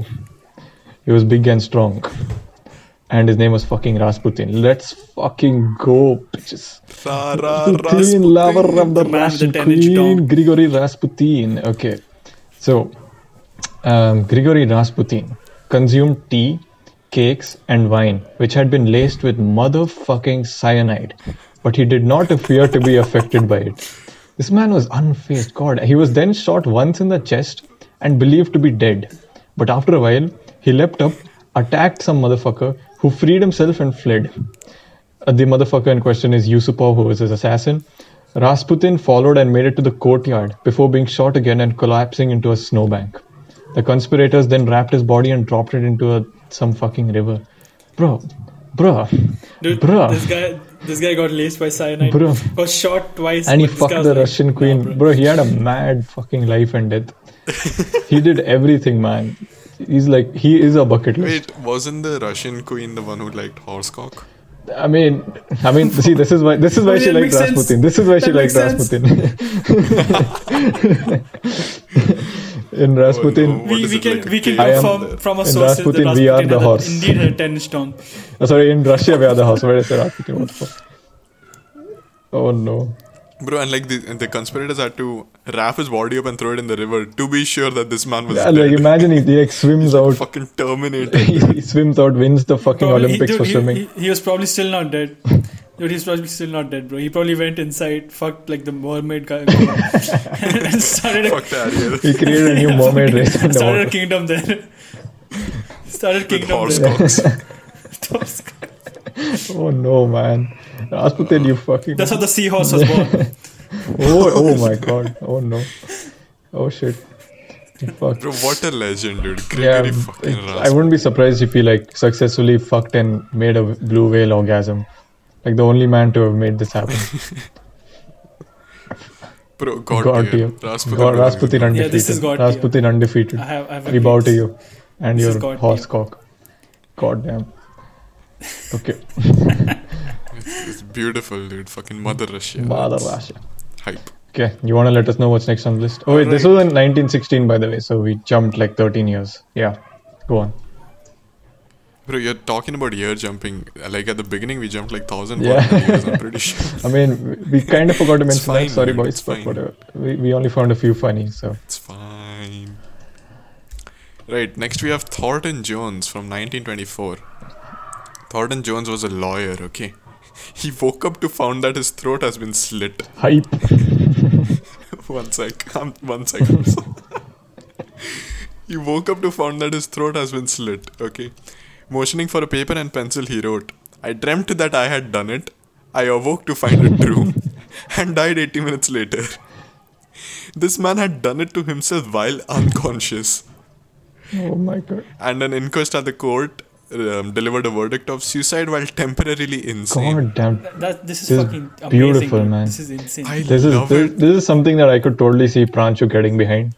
F: he was big and strong and his name was fucking rasputin let's fucking go bitches
D: Ra, ra,
F: Putin,
D: Rasputin.
F: lover of
E: the
F: the
E: man with the
F: Russian
E: 10-inch
F: queen,
E: dong.
F: Grigory Rasputin. Okay, so um, Grigory Rasputin consumed tea, cakes, and wine, which had been laced with motherfucking cyanide, but he did not appear to be affected by it. This man was unfazed. God, he was then shot once in the chest and believed to be dead. But after a while, he leapt up, attacked some motherfucker who freed himself and fled. Uh, the motherfucker in question is Yusupov, who was his assassin. Rasputin followed and made it to the courtyard before being shot again and collapsing into a snowbank. The conspirators then wrapped his body and dropped it into a, some fucking river. Bro, Bruh.
E: Dude,
F: Bruh.
E: this guy, this guy got laced by cyanide.
F: Bro.
E: Got shot twice.
F: And he
E: but this guy
F: fucked
E: was
F: the
E: like,
F: Russian
E: "Nah,
F: queen.
E: bro."
F: bro. he had a mad fucking life and death. he did everything, man. He's like, he is a bucket list.
D: Wait, wasn't the Russian queen the one who liked horsecock?
F: I mean, I mean, see, this is why this is why
E: Okay,
F: she
E: that
F: liked
E: makes sense.
F: Rasputin. This is why she
E: That
F: liked
E: makes sense.
F: Rasputin. in Rasputin,
D: no. What
E: We,
D: is
E: we
D: it
E: can
D: like?
E: we can
D: I
F: am-
E: confirm from a
F: in
E: source
F: Rasputin,
E: that
F: we are
E: Rasputin
F: the
E: had a-
F: horse.
E: Indeed, had ten strong.
F: oh, sorry, in Russia we are the house. Where is the Rasputin? What for? Oh no!
D: Bro, and like the, and the conspirators had to wrap his body up and throw it in the river to be sure that this man was
F: Yeah,
D: dead.
F: like imagine he, he like swims out.
D: Fucking Terminator.
F: he, he swims out, wins the fucking
E: Probably-
F: Olympics
E: dude,
F: for
E: Oh, he-
F: swimming.
E: He, he was probably still not dead. Dude, he's probably still not dead, bro. He probably went inside, fucked like the mermaid guy, and started a,
D: Fuck that, yeah.
F: he created a new mermaid race in the
E: started a
F: water.
E: kingdom there. started
D: With
E: kingdom there.
D: horsecock.
E: That's
F: Oh no, man! Rasputin, you fucking.
E: how the seahorse was born.
F: oh, oh my god! Oh no! Oh shit! Fuck.
D: Bro, what a legend, dude.
F: Yeah,
D: Gregory fucking
F: it- I
D: Rasputin.
F: wouldn't be surprised if he like successfully fucked and made a blue whale orgasm. Like the only man to have made this happen.
D: Bro, God,
F: God
D: God
F: to you.
D: Rasputin.
F: God,
D: bro.
F: Rasputin undefeated.
E: Yeah, this is God tier.
F: Rasputin undefeated.
E: I have, I have
F: we bow to you and
E: This is
F: your
E: God
F: horse
E: tier.
F: cock. God damn. Okay,
D: It's beautiful, dude. Fucking Mother Russia.
F: mother Russia.
D: Hype.
F: Okay, you want to let us know what's next on the list? Oh wait, this was in 1916 by the way, so we jumped like 13 years. Yeah, go on.
D: Bro, you're talking about year jumping. Like at the beginning, we jumped like thousand
F: Yeah.
D: years. I'm pretty sure.
F: I mean, we- we kind of forgot to
D: It's
F: mention
D: fine,
F: that. Sorry,
D: man,
F: boys,
D: it's
F: but
D: fine.
F: whatever. We, we only found a few funny, so.
D: It's fine. Right, next we have Thornton Jones from 1924. Thornton Jones was a lawyer, okay? He woke up to find that his throat has been slit.
F: Hype.
D: one sec. Um, one second. he woke up to find that his throat has been slit. Okay. Motioning for a paper and pencil, he wrote, I dreamt that I had done it. I awoke to find it true and died 80 minutes later. This man had done it to himself while unconscious
F: Oh my god.
D: and an inquest at the court um, delivered a verdict of suicide while temporarily insane.
F: God damn.
E: That, this is
F: This is
E: fucking amazing.
F: beautiful,
E: dude.
F: man.
E: This is insane.
D: I
F: This is
D: love
F: this,
D: it.
F: this is something that I could totally see Pranchu getting behind.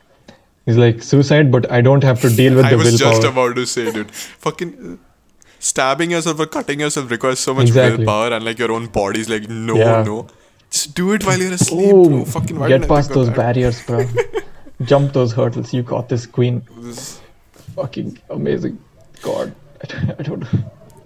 F: He's like suicide, but I don't have to deal with
D: I
F: the
D: was just
F: willpower.
D: about to say, dude. Fucking uh, stabbing yourself or cutting yourself requires so much
F: Exactly.
D: willpower and like your own body's like, no,
F: Yeah.
D: no. Just do it while you're asleep, bro. Fucking
F: Oh,
D: why
F: get
D: didn't I
F: past
D: think of
F: those
D: that?
F: barriers, bro. Jump those hurdles. You got this, queen.
D: This-
F: Fucking amazing. God, I don't.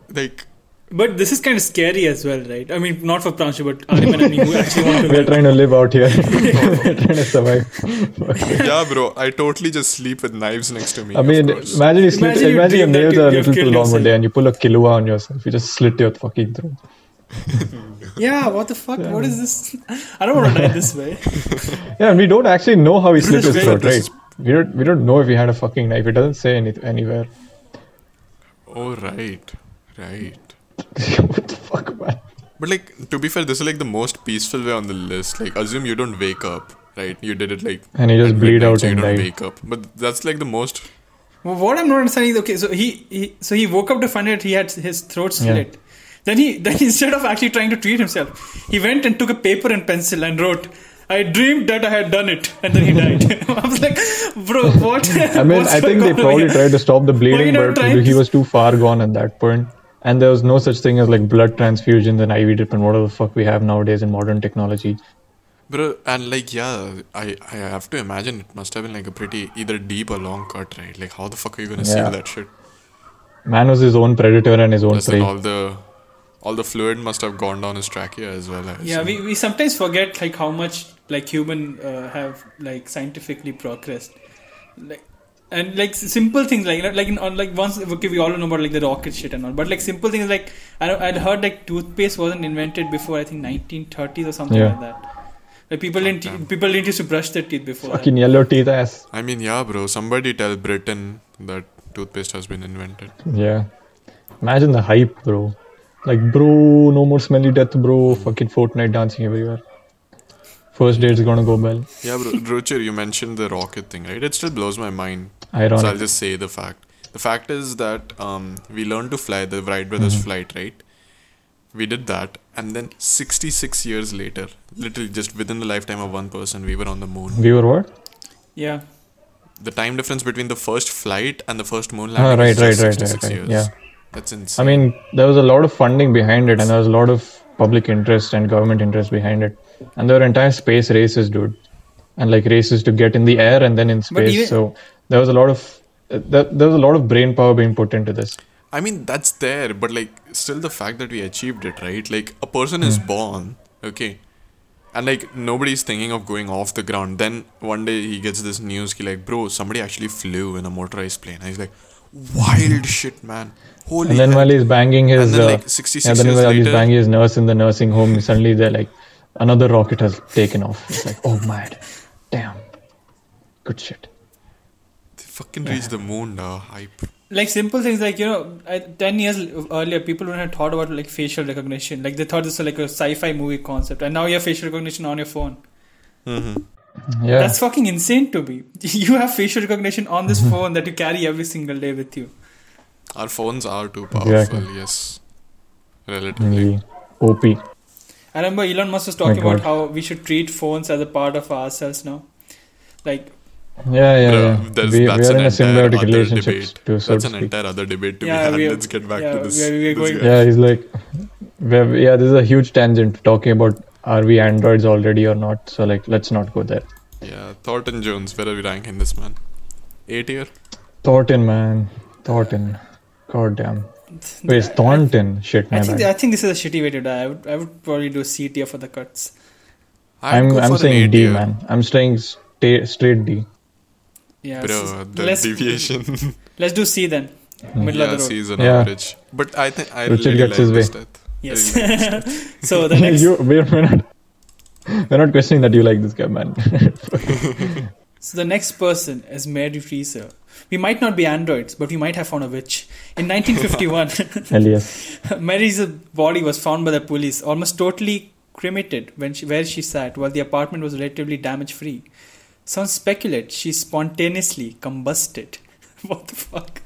D: Like,
E: But this is kind of scary as well, right? I mean, not for Pranshu, but Ariman and me who actually want to
F: We're
E: live.
F: trying to live out here. We're trying to survive.
D: yeah, bro. I totally just sleep with knives next to me.
F: I
D: of
F: mean,
D: course.
F: imagine you slit.
E: Imagine you dream
F: Imagine your
E: that
F: nails
E: you-
F: are a
E: you killed
F: little too long one
E: yourself.
F: day, and you pull a kilua on yourself. You just slit your fucking throat.
E: Yeah, what the fuck? What is this? I don't want to die this way.
F: Yeah, and we don't actually know how he slit his
E: is
F: throat,
D: where
F: right?
D: this
F: We don't, we don't know if he had a fucking knife. It doesn't say any, anywhere.
D: Oh, right. Right.
F: what the fuck, man?
D: But like, to be fair, this is like the most peaceful way on the list. Like, assume you don't wake up, right? You did it like.
F: And he just
D: at
F: bleed
D: midnight,
F: out
D: so you
F: and
D: don't
F: die.
D: wake up. But that's like the most.
E: Well, what I'm not understanding is okay, so he, he so he woke up to find out he had his throat slit. Then he then instead of actually trying to treat himself, he went and took a paper and pencil and wrote, "I dreamed that I had done it," and then he died. I was like, bro, what?
F: I mean, I think they probably tried to stop the bleeding,
E: not
F: but
E: trying
F: he
E: to-
F: was too far gone at that point. And there was no such thing as like blood transfusions and IV drip and whatever the fuck we have nowadays in modern technology.
D: Bro, and like, yeah, I, I have to imagine it must have been like a pretty either deep or long cut, right? Like, how the fuck are you gonna seal
F: Yeah.
D: that shit?
F: Man was his own predator and his own
D: Plus, then
F: prey.
D: all the all the fluid must have gone down his trachea as well. I
E: Yeah,
D: assume.
E: we, we sometimes forget like how much like human uh, have like scientifically progressed, like and like s- simple things like like in, on like once okay we all know about like the rocket shit and all, but like simple things like I don't- I'd heard like toothpaste wasn't invented before I think 1930s or something
F: Yeah.
E: like that. Like people didn't people didn't used to brush their teeth before. that.
F: Fucking yellow teeth ass.
D: I mean, yeah, bro. Somebody tell Britain that toothpaste has been invented.
F: Yeah. Imagine the hype, bro. Like, bro, no more smelly death, bro. Fucking Fortnite dancing everywhere. First date's gonna go well.
D: Yeah, bro. Ruchir, you mentioned the rocket thing, right? It still blows my mind.
F: Ironic. Mm-hmm.
D: So I'll just say the fact. The fact is that um, we learned to fly the Wright brothers' flight, right? We did that, and then 66 years later, literally just within the lifetime of one person, we were on the moon.
F: We were what?
E: Yeah.
D: The time difference between the first flight and the first moon
F: Ah,
D: landing
F: right,
D: is just
F: right, right,
D: 66
F: right,
D: years.
F: right. Yeah.
D: That's
F: I
D: insane.
F: mean, there was a lot of funding behind it, and there was a lot of public interest and government interest behind it, and there were entire space races, dude, and like races to get in the air and then in space.
E: even-
F: So there was a lot of uh, there, there was a lot of brain power being put into this.
D: I mean, that's there, but like, still the fact that we achieved it, right? Like, a person is
F: Hmm.
D: born, okay, and like nobody's thinking of going off the ground. Then one day he gets this news, he like, bro, somebody actually flew in a motorized plane. And he's like, wild shit, man. Holy.
F: Hmm. And then
D: hell.
F: while he's banging his,
D: And then,
F: uh,
D: like, 66
F: yeah, then
D: years
F: while he's
D: later-
F: banging his nurse in the nursing home, suddenly they're like, another rocket has taken off. It's like, oh man, damn, good shit.
D: They fucking reached the moon, uh, hype.
E: Like simple things like, you know, I, 10 years l- earlier, people wouldn't have thought about like facial recognition. Like they thought this was like a sci fi movie concept. And now you have facial recognition on your phone.
F: Mm-hmm. Yeah,
E: That's fucking insane to me. You have facial recognition on this
F: Mm-hmm.
E: phone that you carry every single day with you.
D: Our phones are too powerful,
F: Exactly.
D: yes. Relatively.
F: really OP.
E: I remember Elon Musk was talking
F: My
E: about
F: God.
E: how we should treat phones as a part of ourselves now. Like,
F: Yeah, yeah,
D: Bro,
F: yeah.
D: there's-
F: we, we
D: that's
F: are
D: an
F: in a
D: entire
F: symbiotic
D: other
F: relationship,
D: debate.
F: to so
D: that's
F: to
D: an
F: speak.
D: entire other debate to
E: Yeah,
D: be had.
E: we are-
D: Let's get back
E: yeah,
D: to this.
E: we are- we are
D: this
E: going-
D: guy.
F: Yeah, he's like, we're- yeah, this is a huge tangent talking about are we androids already or not. So like, let's not go there.
D: Yeah, Thornton Jones, where are we ranking this man? A tier?
F: Thornton, man, Thornton, goddamn. Wait, it's Thornton. Shit, my
E: I think
F: bad.
E: I think this is a shitty way to die. I would, I would probably do C tier for the cuts.
D: I'd
F: I'm
D: go for
F: I'm
D: an A
F: saying D,
D: tier.
F: man. I'm saying sta- straight D.
E: Yeah,
D: Bro,
E: so
D: the
E: let's
D: deviation.
E: let's do C then.
F: Mm-hmm.
E: Middle
D: yeah,
E: of the road.
D: C is an
F: Yeah.
D: average. But I think I
F: Richard
D: really like
F: gets his
D: this
F: way.
D: death.
E: Yes.
D: Really
E: so the next
F: you, we're, we're not we're not questioning that you like this guy, man.
E: so the next person is Mary Freezer. We might not be androids, but we might have found a witch. In 1951,
F: Hell yes.
E: Mary's body was found by the police, almost totally cremated when she, where she sat, while the apartment was relatively damage free. Some speculate she spontaneously combusted. what the fuck?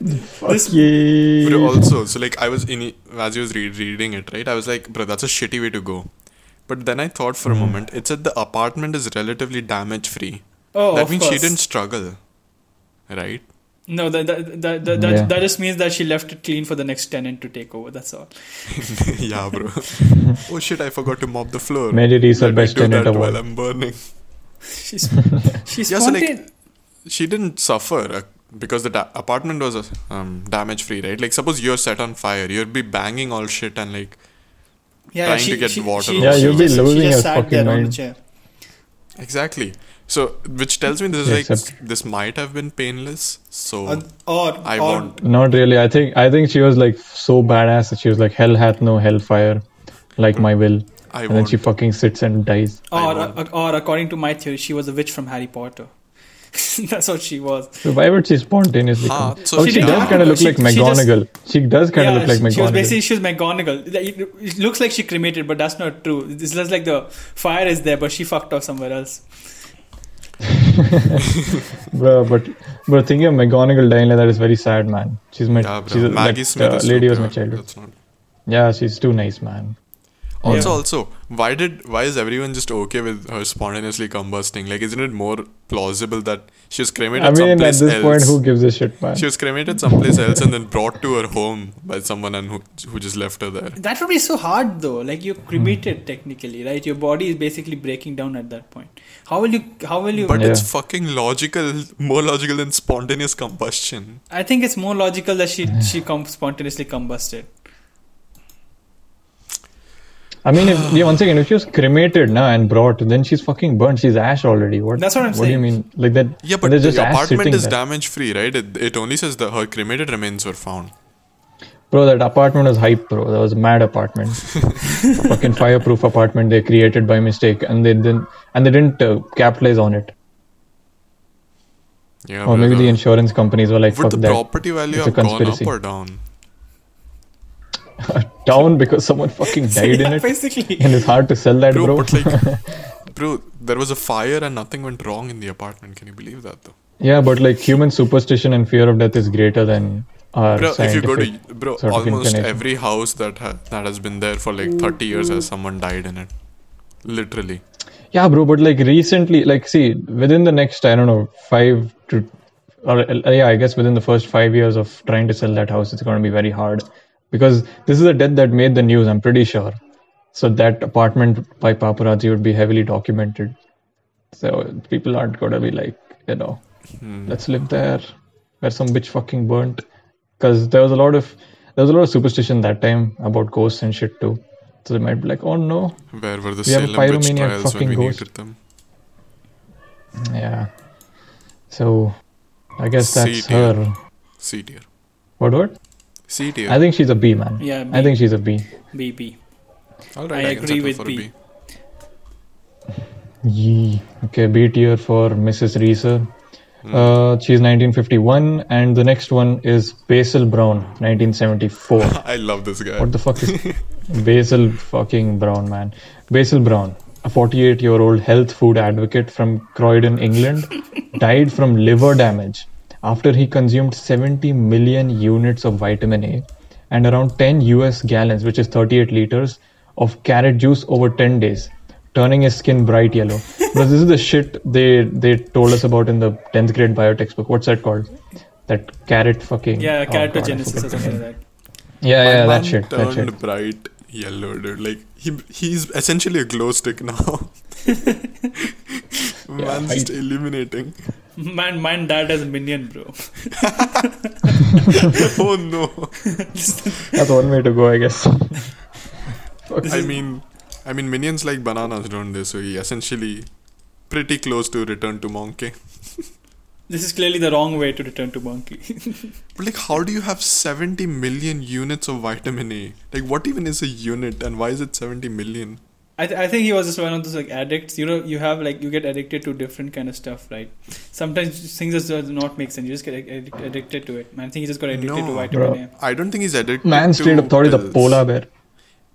E: This-
F: Yay.
D: But also, so like I was in as you was re- reading it, right? I was like, bro, that's a shitty way to go. But then I thought for a
F: Hmm.
D: moment, it said the apartment is relatively damage free.
E: Oh,
D: that
E: of
D: means she
E: course.
D: didn't struggle, right?
E: No, that that that that, that,
F: Yeah.
E: that just means that she left it clean for the next tenant to take over. That's all.
D: yeah, bro. oh shit, I forgot to mop the floor.
F: Mary Reese,
D: Let me
F: best
D: do
F: tenant
D: that
F: award.
D: while I'm burning.
E: She's she's
D: Yeah, so, like,
E: spontaneous.
D: She didn't suffer uh, because the da- apartment was uh, um, damage free, right? Like suppose you're set on fire, you'd be banging all shit and like
E: yeah,
D: trying to get water
F: Yeah, you'll be losing
E: she just
F: your
E: sat
F: fucking
E: there on the
F: mind.
E: chair.
D: exactly. So which tells me this is
F: Yeah,
D: like
F: except-
D: this might have been painless. So
E: Or, or
D: I
E: or-
D: want
F: Not really. I think I think she was like so badass that she was like, "Hell hath no hellfire, like my will,"
D: I
F: and then
D: want
F: she fucking sits and dies.
E: or,
D: I
E: or, or according to my theory, she was a witch from Harry Potter. That's what she was.
F: So why would she spontaneously?
D: Ah,
F: come?
D: so
F: oh,
D: she
F: she,
D: did
F: does
D: that.
F: kind of look
E: She-
F: like
E: she just-
F: McGonagall. She, does kind of look like
E: she, she was
F: McGonagall.
E: basically she was McGonagall. It, it looks like she cremated, but that's not true. It's just like the fire is there, but she fucked off somewhere else.
F: Bro, but but thinking of McGonagall dying like that is very sad, man. She's my
D: Yeah, bro.
F: she's a,
D: Maggie
F: that,
D: Smith
F: uh,
D: is
F: lady
D: too
F: was my
D: pure.
F: childhood.
D: That's not-
F: Yeah, she's too nice, man.
D: Also,
E: Yeah.
D: also, why did why is everyone just okay with her spontaneously combusting? Like, isn't it more plausible that she was cremated
F: I mean, at
D: someplace
F: this point,
D: else?
F: who gives a shit, man?
D: she was cremated someplace else and then brought to her home by someone and who, who just left her there.
E: That would be so hard though. Like
F: Hmm.
E: you're cremated technically, right? Your body is basically breaking down at that point. How will you? How will you?
D: But
F: Yeah.
D: it's fucking logical, more logical than spontaneous combustion.
E: I think it's more logical that she she com- spontaneously combusted.
F: I mean, if, yeah, once again, if she was cremated now and brought, then she's fucking burned. She's ash already. What?
E: That's what I'm
F: What do you
E: saying.
F: mean? Like that?
D: Yeah, but
F: there's
D: the
F: just ash
D: apartment
F: sitting
D: is
F: there.
D: damage free, right? It, it only says that her cremated remains were found.
F: Bro, that apartment was hype, bro. That was a mad apartment. Fucking fireproof apartment they created by mistake, and they didn't and they didn't uh, capitalize on it.
D: Yeah,
F: Or maybe
D: brother.
F: the insurance companies were like,
D: uh, would
F: "Fuck
D: the
F: that,
D: property value
F: It's a
D: have gone up
F: conspiracy.
D: or down?
F: down," because someone fucking died in
E: Yeah,
F: it,
E: basically.
F: and it's hard to sell that,
D: Bro,
F: bro.
D: but like, bro, there was a fire and nothing went wrong in the apartment. Can you believe that though?
F: yeah, but like human superstition and fear of death is greater than Or
D: Bro, if you go to
F: scientific
D: bro,
F: sort of
D: almost
F: inclination.
D: every house that ha- that has been there for like 30 years has someone died in it. Literally.
F: Yeah, bro, but like recently, like, see, within the next, I don't know, five to, or uh, yeah, I guess within the first five years of trying to sell that house, it's going to be very hard because this is a death that made the news, I'm pretty sure. So that apartment by paparazzi would be heavily documented. So people aren't going to be like, you know, let's live there where some bitch fucking burnt. Because there was a lot of, there was a lot of superstition that time about ghosts and shit too. So they might be like, oh no,
D: Where were the
F: We have a
D: Salem witch
F: pyromaniac
D: trials when
F: fucking
D: we
F: ghost.
D: needed them?
F: Yeah. So I guess
D: C
F: that's
D: tier.
F: her.
D: C tier.
F: What what?
D: C tier.
F: I think she's a B man.
E: Yeah, B.
F: I think she's a B.
E: BB.
D: All
E: I
D: right, can
E: agree
D: settle
E: with
D: for a
E: B.
F: Yee. Okay, B tier for Mrs. Reeser.
E: Hmm.
F: Uh, she's 1951, and the next one is Basil Brown, 1974.
D: I love this guy.
F: What the fuck is Basil fucking Brown, man? Basil Brown, a 48 year old health food advocate from Croydon, England, died from liver damage after he consumed 70 million units of vitamin A and around 10 US gallons, which is 38 liters, of carrot juice over 10 days, turning his skin bright yellow. Because this is the shit they they told us about in the 10th grade bio textbook. What's that called? That carrot fucking.
E: Yeah,
F: oh God, I
E: characterogenesis
F: forgot
E: or
F: the
E: something
F: name.
E: like that.
F: Yeah, yeah,
D: My
F: that
D: man
F: shit. That
D: turned
F: shit.
D: bright yellow, dude. Like he he's essentially a glow stick now. Man's
F: I-
D: just illuminating.
E: Man, man, dad as a minion, bro.
D: oh no.
F: That's one way to go, I guess.
D: I mean, I mean, minions like bananas, don't they? So he essentially pretty close to return to monkey.
E: This is clearly the wrong way to return to monkey.
D: But like, how do you have 70 million units of vitamin A? Like, what even is a unit, and why is it 70 million?
E: I, th- I think he was just one of those like addicts. You know, you have like you get addicted to different kind of stuff, right? Sometimes things just does not make sense. You just get addic- addicted to it. And I think he just got addicted
D: No.
E: to vitamin
F: Bro.
E: A.
D: I don't think he's addicted.
F: Man
D: to
F: straight up thought he's a
D: pills.
F: polar bear.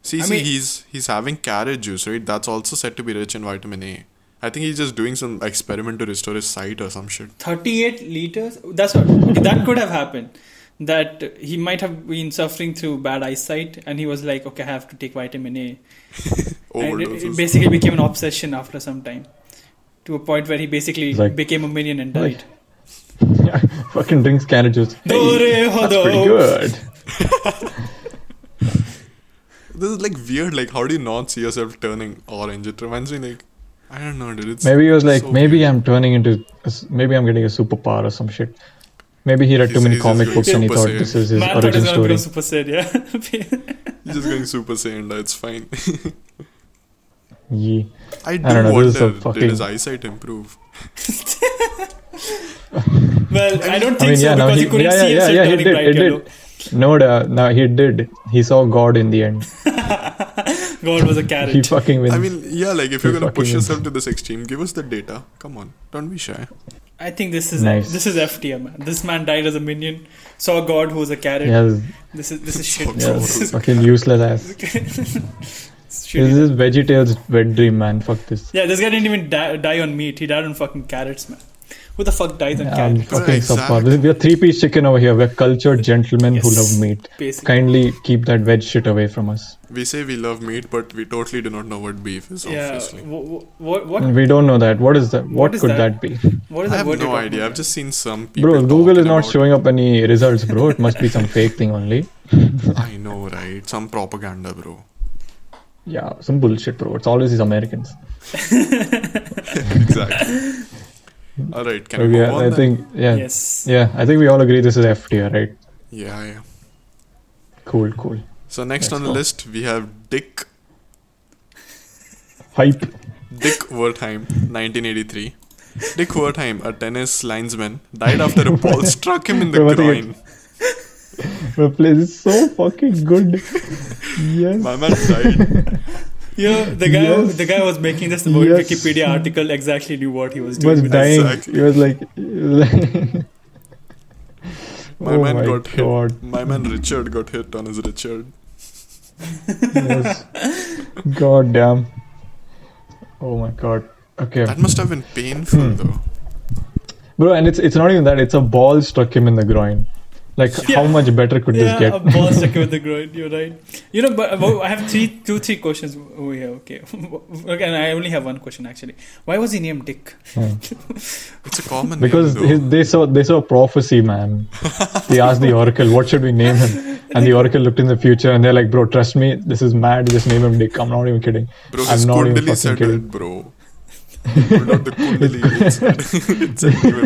D: See,
E: I
D: see,
E: mean-
D: he's he's having carrot juice, right? That's also said to be rich in vitamin A. I think he's just doing some experiment to restore his sight or some shit.
E: Thirty-eight liters. That's what okay, that could have happened. That he might have been suffering through bad eyesight, and he was like, "Okay, I have to take vitamin A." And it, it
D: Overdoses.
E: basically became an obsession after some time, to a point where he basically
F: Like-
E: became a minion and died.
F: Like, yeah, fucking drinks carrot juice. Hey,
E: Dore
F: that's
E: hodo.
F: pretty good.
D: this is like weird. Like, how do you not see yourself turning orange? It reminds me, like, I don't know, dude. It's
F: Maybe he was like,
D: so
F: maybe
D: weird.
F: I'm turning into, a s- maybe I'm getting a superpower or some shit. Maybe he read too
D: He's-
F: many
D: he's
F: comic
D: just
F: books and he
D: Super
F: thought
D: Saiyan.
F: this is his
E: Man thought he
F: origin
E: was gonna
F: story.
E: become super said, yeah.
D: He's just going Super Saiyan. It's fine.
F: Yeah.
D: I do
F: don't know,
D: wonder
F: this is a
D: did
F: fucking-
D: his eyesight improve?
E: Well, I don't think
F: I mean,
E: so
F: yeah, now
E: because
F: he,
E: you couldn't
F: yeah,
E: see
F: yeah,
E: himself
F: yeah, yeah, he
E: turning
F: did,
E: bright
F: he
E: yellow.
F: did. No, da, no, he did. He saw God in the end.
E: God was a
F: He
E: carrot.
F: fucking wins.
D: I mean, yeah, like if you're
F: He
D: gonna push
F: fucking
D: yourself to this extreme, give us the data. Come on, don't be shy.
E: I think this is
F: Nice.
E: this is FTM. Man. This man died as a minion, saw God who was a carrot.
F: yes,
E: This is this is shit.
D: Saw
E: bro.
D: God.
F: yes, fucking useless ass.
E: This is shitty.
F: This is VeggieTales wet dream, man. Fuck this.
E: yeah, this guy didn't even die, die on meat. He died on fucking carrots, man. Who the fuck dies on
F: I'm
E: carrots?
F: fucking
D: Exact.
F: subpar. This- We are three piece chicken over here. We're cultured gentlemen who
E: Yes.
F: love meat.
E: Basically.
F: Kindly keep that veg shit away from us.
D: We say we love meat, but we totally do not know what beef is.
E: Yeah.
D: Obviously,
E: What what
F: We don't know that. What is that? What,
E: is
F: could
E: that?
F: that, be?
E: what is that
D: I have
E: word you're
D: no
E: talking
D: idea. I've
E: about?
D: just seen some people.
F: Bro, Google is
D: talking
F: not
D: about-
F: showing up any results, bro. It must be some fake thing only.
D: I know, right? Some propaganda, bro.
F: Yeah, some bullshit, bro. It's always these Americans.
D: exactly. All right, can we
F: Okay,
D: move on?
F: I
D: then?
F: think yeah,
E: Yes.
F: yeah. I think we all agree this is F tier, right?
D: Yeah, yeah.
F: Cool, cool.
D: So next
F: Let's
D: on the
F: go.
D: list we have Dick
F: Hype.
D: Dick Wertheim, 1983. Dick Wertheim, a tennis linesman, died after a ball struck him in the
F: Bro, what the
D: groin.
F: Bro, please, it's so fucking good. Yes.
D: My man died.
E: You know, the guy
F: Yes.
E: the guy was making this the whole
F: Yes.
E: Wikipedia article exactly knew what he was
F: He was
E: doing. with
F: dying.
D: Exactly.
F: He was like, he was like-
D: My
F: oh
D: man
F: my
D: got
F: God.
D: hit. My man Richard got hit on his Richard.
F: Yes. God damn. Oh my god. Okay.
D: That must have been painful though.
F: Bro, and it's it's not even that, it's a ball struck him in the groin. Like,
E: Yeah.
F: how much better could this
E: yeah, um,
F: get?
E: a ball stuck with the groin. You're right. You know, but but I have three, two, three questions over here. Okay, okay. And I only have one question actually. Why was he named Dick?
D: It's a common
F: because
D: name, though.
F: his, they saw they saw a prophecy, man. they asked the oracle, "What should we name him?" And the oracle looked in the future, and they're like, "Bro, trust me, this is mad. Just name him Dick. I'm not even kidding.
D: Bro, his
F: I'm not even
D: Kundali
F: fucking
D: said
F: kidding."
D: it, bro. Pulled out the Kundali. it said- it said give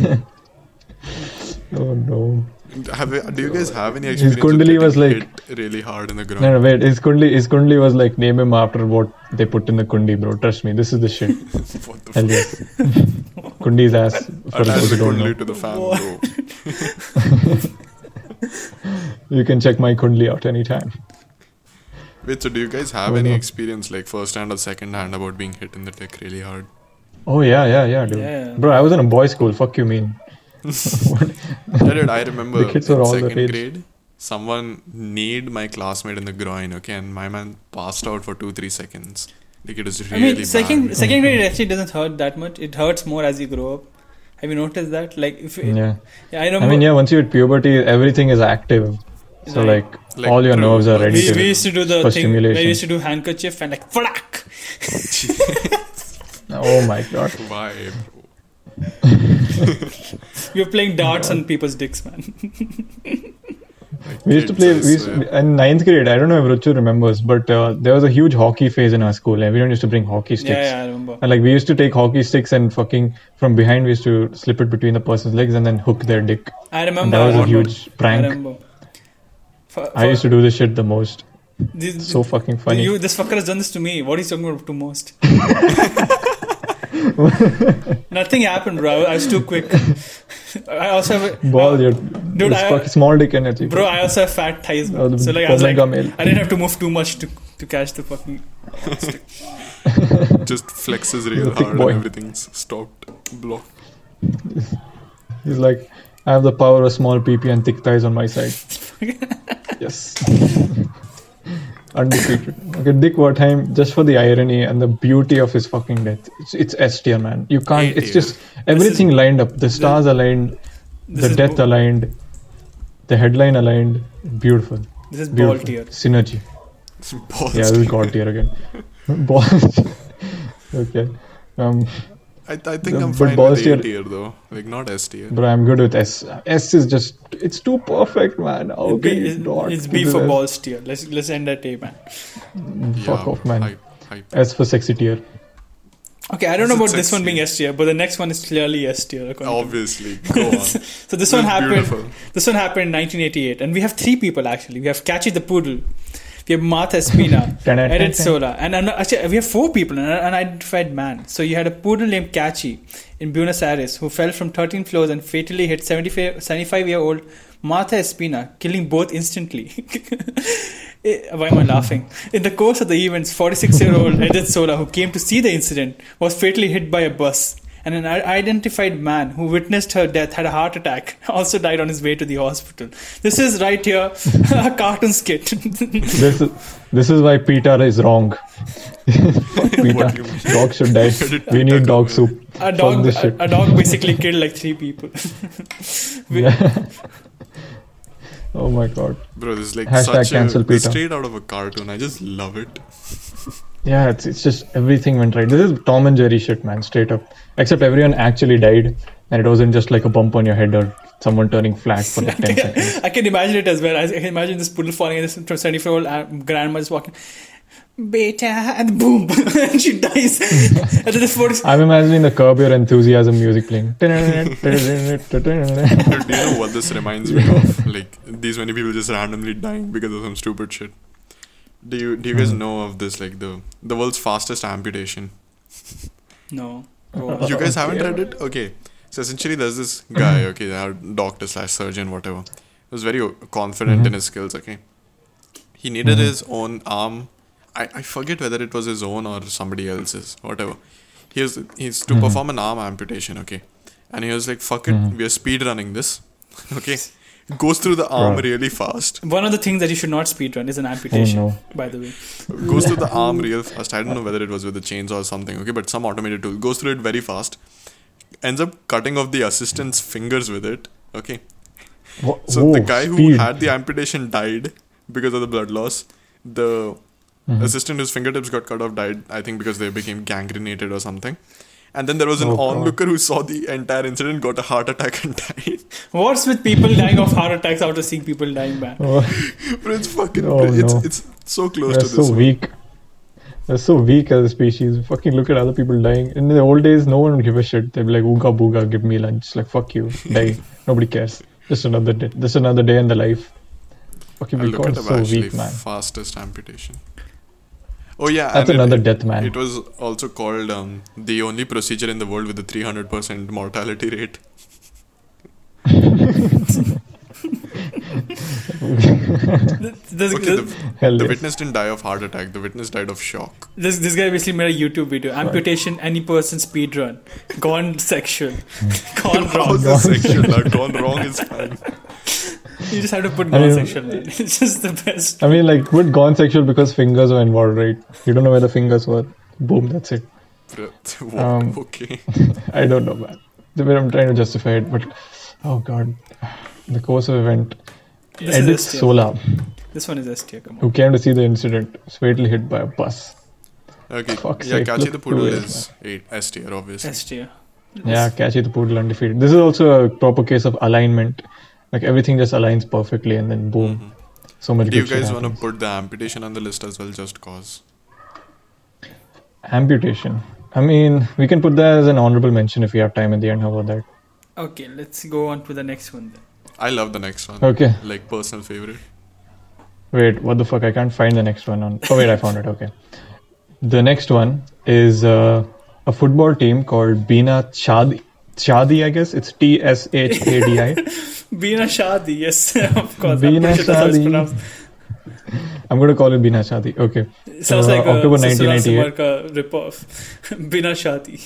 D: him dick.
F: Oh no.
D: Have, do you guys have any
F: His
D: experience?
F: Kundali
D: of
F: was
D: getting
F: like-
D: hit really hard in the ground.
F: No, no, wait. His Kundli, his Kundli was like, name him after what they put in the Kundi, bro. Trust me, this is the shit.
D: What the fuck?
F: Hell yeah. Kundi's ass, for
D: Attach
F: those
D: the
F: who don't know.
D: Kundali to the fan,
E: What?
D: bro.
F: You can check my Kundli out anytime.
D: Wait, so do you guys have
F: Why
D: any
F: not?
D: experience, like first hand or second hand, about being hit in the dick really hard?
F: Oh, yeah, yeah, yeah, dude.
E: Yeah.
F: Bro, I was in a boys' school. Fuck you, mean.
D: Yeah, dude, I remember
F: The kids were
D: in
F: all the
D: second
F: rage.
D: grade, someone kneed my classmate in the groin, okay, and my man passed out for two, three seconds. Like it was
E: I
D: really
E: mean, second
D: bad.
E: second grade actually doesn't hurt that much. It hurts more as you grow up. Have you noticed that? Like, if it,
F: Yeah.
E: yeah, I remember.
F: I mean, yeah, once you hit puberty, everything is active. So,
E: Right.
F: like,
D: Like,
F: all your
D: true.
F: nerves are
D: Like,
F: ready
E: we,
F: to.
E: we used to do the
F: for
E: thing. where We
F: stimulation.
E: used to do handkerchief and like flack.
F: Oh, my God.
D: Why, bro?
E: We were playing darts on people's dicks, man.
D: Like,
F: We used to
D: kids,
F: play
D: I
F: we used
D: swear.
F: in ninth grade. I don't know if Ruchu remembers, but uh, there was a huge hockey phase in our school. Everyone used to bring hockey sticks.
E: yeah, yeah, I remember.
F: And like we used to take hockey sticks and fucking from behind we used to slip it between the person's legs and then hook their dick.
E: I
F: And
E: remember.
F: that was
E: I
F: a
E: remember.
F: huge
E: I
F: prank.
E: remember. For,
F: I used to do this shit the most.
E: this,
F: So fucking funny.
E: You, this fucker has done this to me. What is talking about to most? Nothing happened, bro. I was too quick. I also have a,
F: Ball, your
E: dude,
F: this
E: I-
F: fucking small dick energy.
E: bro. I also have fat thighs, man.
F: Oh,
E: so like I was like,
F: omega male.
E: I didn't have to move too much to to catch the fucking.
D: just flexes real
F: thick
D: hard
F: boy.
D: and everything's stopped, blocked.
F: He's like, I have the power of small PP and thick thighs on my side. yes. Undefeated. Okay, Dick Wertheim, just for the irony and the beauty of his fucking death. It's, it's S tier, man. You can't,
D: A
F: it's
D: tier.
F: just everything lined up. The stars aligned,
E: This
F: the
E: is
F: death
E: bo-
F: aligned, the headline aligned. Beautiful.
E: This is ball
F: Beautiful.
E: tier.
F: Synergy.
D: It's balls.
F: Yeah, this is God tier again. Balls. okay. Um,
D: I, I think
F: The-
D: I'm
F: but
D: fine
F: balls
D: with A tier
F: tier-
D: though, like not S tier.
F: Bro, I'm good with S. S is just it's too perfect, man. How can
E: B-
F: you not
E: it's B
F: do
E: for
F: S?
E: balls tier. Let's let's end that A, man.
F: Fuck
D: Yeah,
F: off, man.
D: Hype, hype.
F: S for sexy tier.
E: Okay, I don't know
D: This
E: about
D: is
E: this one
D: sexy.
E: being S tier, but the next one is clearly S tier. according to me.
D: Obviously, Oh, go on.
E: So this one
D: This is
E: happened.
D: beautiful.
E: This one happened in 1988, and we have three people actually. We have Catchy the Poodle, we have Martha Espina, Edith Sola, and I'm not- actually we have four people, an unidentified man. So you had a poodle named Catchy in Buenos Aires who fell from 13 floors and fatally hit 75 year old Martha Espina, killing both instantly. Eh, Why am I laughing? In the course of the events, 46 year old Edith Sola, who came to see the incident, was fatally hit by a bus and an identified man who witnessed her death had a heart attack also died on his way to the hospital this is right here a cartoon skit
F: This is this is why Peter is wrong. Fuck Peter.
D: do you mean?
F: Dog should die. we need dog soup.
E: a
F: Fuck
E: dog
F: this
E: a,
F: shit.
E: a dog basically killed like three people We-
F: oh my god.
D: Bro, this is like
F: Hashtag
D: such
F: cancel
D: a this
F: Peter.
D: straight out of a cartoon. I just love it.
F: Yeah, it's it's just everything went right. This is Tom and Jerry shit, man. Straight up. Except everyone actually died, and it wasn't just like a bump on your head or someone turning flat for like ten seconds.
E: I can imagine it as well. I I can imagine this poodle falling and this 74 year old grandma just walking, beta, and boom, and she dies. and then the 40
F: I'm imagining the Curb Your Enthusiasm music playing.
D: Dude, do you know what this reminds me of? Like these many people just randomly dying because of some stupid shit. Do you do you
F: Hmm.
D: guys know of this? Like the the world's fastest amputation.
E: No. Oh.
D: You guys haven't read it? Okay. So essentially, there's this guy. Okay, our doctor slash surgeon, whatever. He was very o- confident in his skills. Okay, he needed his own arm. I, I forget whether it was his own or somebody else's. Whatever. He was he's to perform an arm amputation. Okay, and he was like, "Fuck it, we are speed running this." okay, goes through the arm
F: Right.
D: really fast.
E: One of the things that you should not speedrun is an amputation,
F: Oh, no.
E: by the way.
D: goes through the arm real fast. I don't know whether it was with a chainsaw or something, okay, but some automated tool goes through it very fast, ends up cutting off the assistant's fingers with it, Okay.
F: Wha-
D: So
F: whoa,
D: the guy who
F: Oh, speed.
D: had the amputation died because of the blood loss. The
F: Mm-hmm.
D: assistant whose fingertips got cut off died, I think, because they became gangrenated or something. And then there was an
F: Oh, God.
D: onlooker who saw the entire incident, got a heart attack, and died.
E: What's with people dying of heart attacks after seeing people dying, man?
F: Oh,
D: but it's fucking.
F: Oh,
D: it's,
F: no.
D: it's so close
F: we're
D: to this.
F: so
D: one.
F: weak. We're so weak as a species. Fucking look at other people dying. In the old days, no one would give a shit. They'd be like, "Ooga booga, give me lunch." Like, fuck you, die. Nobody cares. Just another day. Just another day in the life. Fucking
D: I
F: we
D: look
F: got
D: at
F: so
D: actually
F: weak, man.
D: fastest amputation. Oh yeah, and
F: That's
D: it-
F: another death, man.
D: It was also called um, the only procedure in the world with a 300% mortality rate.
E: This,
D: Okay,
E: this,
D: the,
F: Hell
D: the
F: yes.
D: witness didn't die of heart attack. The witness died of shock.
E: this, this guy basically made a YouTube video. Amputation, any person speed run. Gone sexual.
F: Hmm.
E: Gone
D: How's
E: wrong.
D: the sexual that gone wrong is fine.
E: You just have to put
F: I
E: gone
F: mean-
E: sexual. man. It's just the best.
F: I mean, like, with gone sexual because fingers were involved, right? You don't know where the fingers were. Boom, that's it.
D: Breath. Walk.
F: Um,
D: okay.
F: I don't know, man. The way I'm trying to justify it, but oh god, the course of event.
E: This
F: Edith
E: is S tier.
F: Sola,
E: This one is S tier. Come on.
F: who came to see the incident, was fatally hit by a bus.
D: Okay.
F: fuck's
D: yeah,
F: sake,
D: Kachi
F: look
D: the
F: to
D: Poodle
F: it,
D: is eight S tier, obviously.
E: S tier.
F: Yeah, Catchy the poodle undefeated. This is also a proper case of alignment. Like everything just aligns perfectly, and then boom, so much.
D: Mm-hmm. Do you
F: good shit
D: guys want to
F: happens.
D: put the amputation on the list as well, just cause?
F: amputation? I mean, we can put that as an honorable mention if we have time at the end. How about that?
E: Okay, let's go on to the next one then.
D: I love the next one.
F: Okay.
D: Like personal favorite.
F: Wait, what the fuck? I can't find the next one on. Oh wait, I found it. Okay. The next one is uh, a football team called Bina Chadi. Chadi, I guess it's T S H A D I.
E: Bina Shadi, yes, of course.
F: Bina
E: I'm pretty sure that's how it's
F: Shadi.
E: pronounced.
F: I'm gonna call it Bina Chadi. Okay.
E: It sounds
F: Uh,
E: like
F: October
E: a Sisula
F: 1988.
E: Simarka ripoff. Bina Shadi.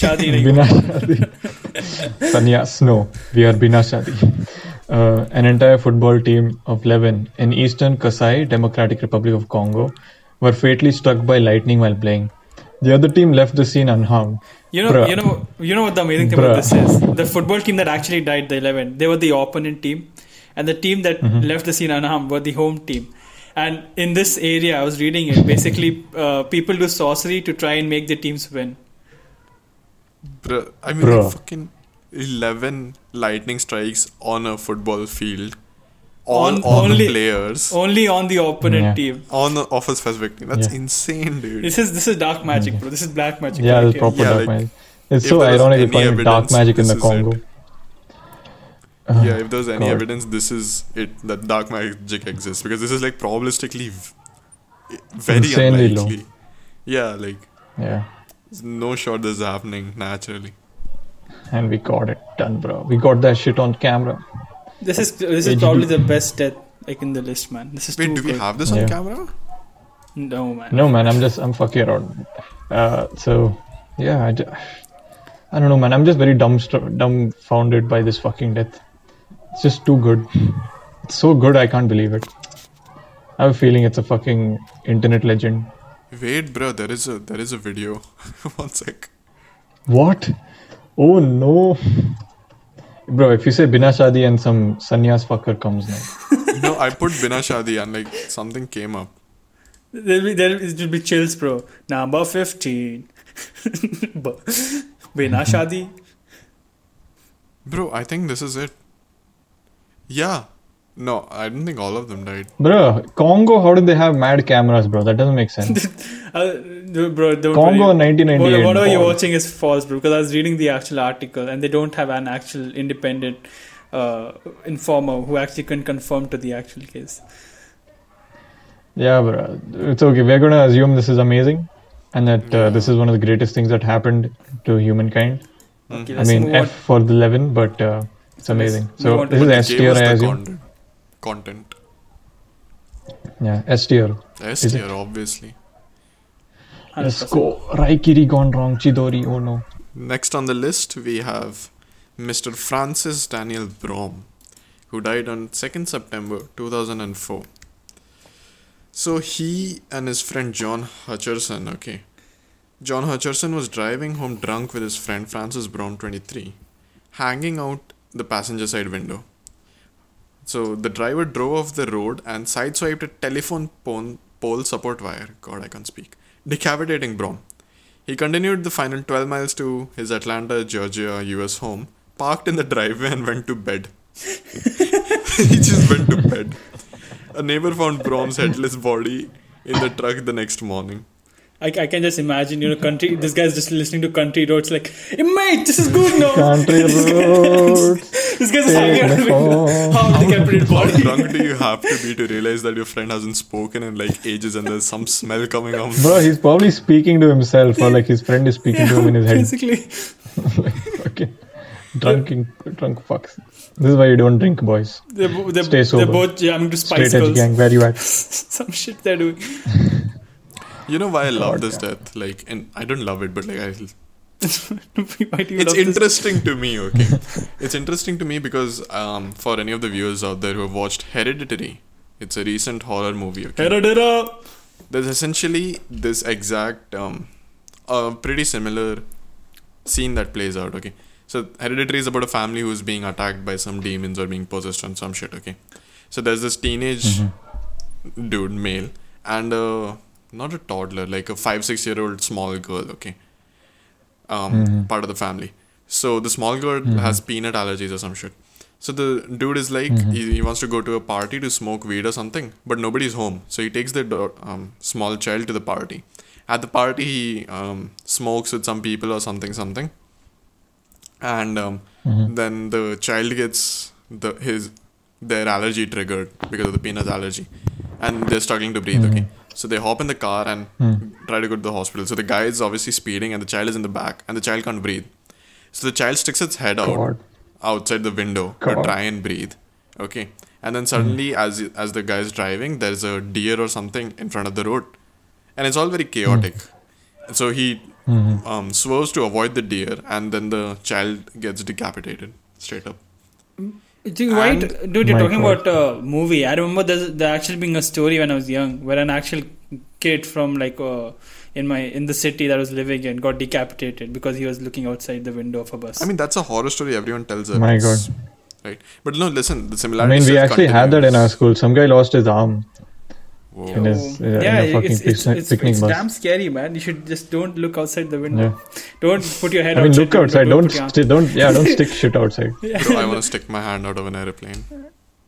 E: Shadi nahi.
F: Bina Shadi. Sannyas, no. We are Bina Shadi. Uh, an entire football team of 11 in eastern Kasai, Democratic Republic of Congo, were fatally struck by lightning while playing. The other team left the scene unharmed.
E: You know,
F: Bruh.
E: you know, you know what the amazing thing about this
F: Bruh.
E: is? The football team that actually died, the 11, they were the opponent team, and the team that
F: Mm-hmm.
E: left the scene unharmed were the home team. And in this area, I was reading it. Basically, uh, people do sorcery to try and make the teams win.
D: Bruh, I mean,
F: Bruh.
D: fucking 11 lightning strikes on a football field.
E: On-
D: All on
E: only-
D: the players.
E: Only on the opponent
F: Yeah.
E: team.
D: On the office specific team. That's
F: Yeah.
D: insane, dude.
E: This is this is dark magic, bro. This is black magic.
F: Mm-hmm. Yeah,
E: right
F: it's
E: here.
F: proper
D: Yeah,
F: dark
D: like,
F: magic. It's
D: if
F: so
D: there is
F: ironic
D: any
F: they call it dark
D: evidence,
F: magic in
D: this
F: the
D: is
F: Congo.
D: it. yeah, if there's any
F: Uh-huh. God.
D: evidence, this is it that dark magic exists because this is like probabilistically v- very
F: Insanely low.
D: unlikely. Yeah, like
F: Yeah,
D: there's no shot this is happening naturally.
F: and we got it done, bro. We got that shit on camera.
E: This is this is
F: Wait,
E: probably
F: did you-
E: the best death like in the list, man. This is
D: Wait,
E: too
D: do we
E: good.
D: have this on
F: Yeah.
D: camera?
E: No, man.
F: No, man, I'm just I'm fucking around. Uh, so yeah, I, ju- I don't know, man. I'm just very dumbstru- dumbfounded by this fucking death. It's just too good. It's so good, I can't believe it. I have a feeling it's a fucking internet legend.
D: Wait, bro, there is a there is a video. One sec.
F: What? Oh no. Bro, if you say Bina Shadi and some sannyas fucker comes now.
D: No, I put Bina Shadi and like something came up.
E: There'll be, there'll, it'll be chills, bro. Number 15. B- Bina Shadi.
D: Bro, I think this is it. Yeah. No, I don't think all of them died.
F: Bro, Congo, how did they have mad cameras, bro? That doesn't make sense.
E: Uh, no, bro, don't
F: Congo
E: worry.
F: 1998.
E: What- Whatever you're
F: Paul.
E: watching is false, bro, because I was reading the actual article and they don't have an actual independent uh, informer who actually can confirm to the actual case.
F: Yeah, bro. It's okay. We're going to assume this is amazing and that uh, this is one of the greatest things that happened to humankind.
E: Okay,
F: I mean, F for the 11, but uh, it's amazing.
E: move
F: So
E: on to
F: this is
E: the
F: S
D: Gave
F: tier,
D: us
F: I
D: the
F: assume.
D: content. Content.
F: Yeah, S tier.
D: S
F: Is it-
D: tier, obviously.
E: on.
F: Let's go. Raikiri gone wrong. Chidori, oh no.
D: Next on the list, we have Mr. Francis Daniel Brom, who died on 2nd September 2004. So he and his friend John Hutcherson, okay. John Hutcherson was driving home drunk with his friend Francis Brom, 23, hanging out the passenger side window. So the driver drove off the road and sideswiped a telephone pole, pole support wire. God, I can't speak. Decapitating Braun. He continued the final 12 miles to his Atlanta, Georgia, US home, parked in the driveway, and went to bed. he just went to bed. A neighbor found Brom's headless body in the truck the next morning.
E: I, I can just imagine, you know, country. This guy's just listening to country roads, like, "Hey, mate, this is good now.
F: Country
E: this guy-
F: roads,
E: this guy's just hanging out of the window. Half decapitated
D: How
E: body.
D: drunk do you have to be to realize that your friend hasn't spoken in like ages and there's some smell coming out?
F: Bro, he's probably speaking to himself or like his friend is speaking to him in his head.
E: Basically,
F: like, fucking drunken, drunk fucks. This is why you don't drink, boys.
E: they're, bo- they're,
F: Stay sober.
E: they're both jamming to Spice
F: Straight edge
E: Girls.
F: gang, where you at?
E: Some shit they're doing.
D: You know why I love this death? Like, and I don't love it, but like, I,
E: Why do you
D: it's
E: love this?
D: interesting to me. Okay, it's interesting to me because um, for any of the viewers out there who have watched Hereditary, it's a recent horror movie. Okay,
E: Heredera.
D: there's essentially this exact, um, uh, pretty similar scene that plays out. Okay, so Hereditary is about a family who's being attacked by some demons or being possessed on some shit. Okay, so there's this teenage dude, male, and a, not a toddler, like a five, six year old small girl, okay, um, part of the family. So the small girl has peanut allergies or some shit. So the dude is like, he, he wants to go to a party to smoke weed or something, but nobody's home. So he takes the do- um, small child to the party. At the party, he um, smokes with some people or something, something and um, then the child gets the his their allergy triggered because of the peanut allergy and they're struggling to breathe okay so they hop in the car and try to go to the hospital so the guy is obviously speeding and the child is in the back and the child can't breathe so the child sticks its head out
F: God.
D: outside the window to
F: God.
D: try and breathe okay and then suddenly
F: Hmm.
D: as as the guy is driving there's a deer or something in front of the road and it's all very chaotic
F: Hmm.
D: so he um, swerves to avoid the deer, and then the child gets decapitated straight up.
E: Dude, right?
D: And-
E: Dude, you're
F: My
E: talking
F: God.
E: about a movie. I remember there's, there actually being a story when I was young, where an actual kid from like uh, in my in the city that I was living in got decapitated because he was looking outside the window of a bus.
D: I mean, that's a horror story everyone tells us.
F: My God.
D: Right, but no, listen. The
F: I
D: similarity.
F: mean, we actually had that in our school. Some guy lost his arm.
D: Whoa.
F: in his- uh, in a- in a fucking
E: Oh. it's, it's,
F: picnic-
E: it's,
F: picnic
E: it's
F: bus.
E: damn scary, man. You should just don't look outside the window.
F: Yeah.
E: Don't put your head.
F: I mean,
E: outside
F: look
E: the window.
F: outside. Don't
E: put your arm-
F: sti- don't yeah, don't stick shit outside.
D: Bro, I want to stick my hand out of an airplane.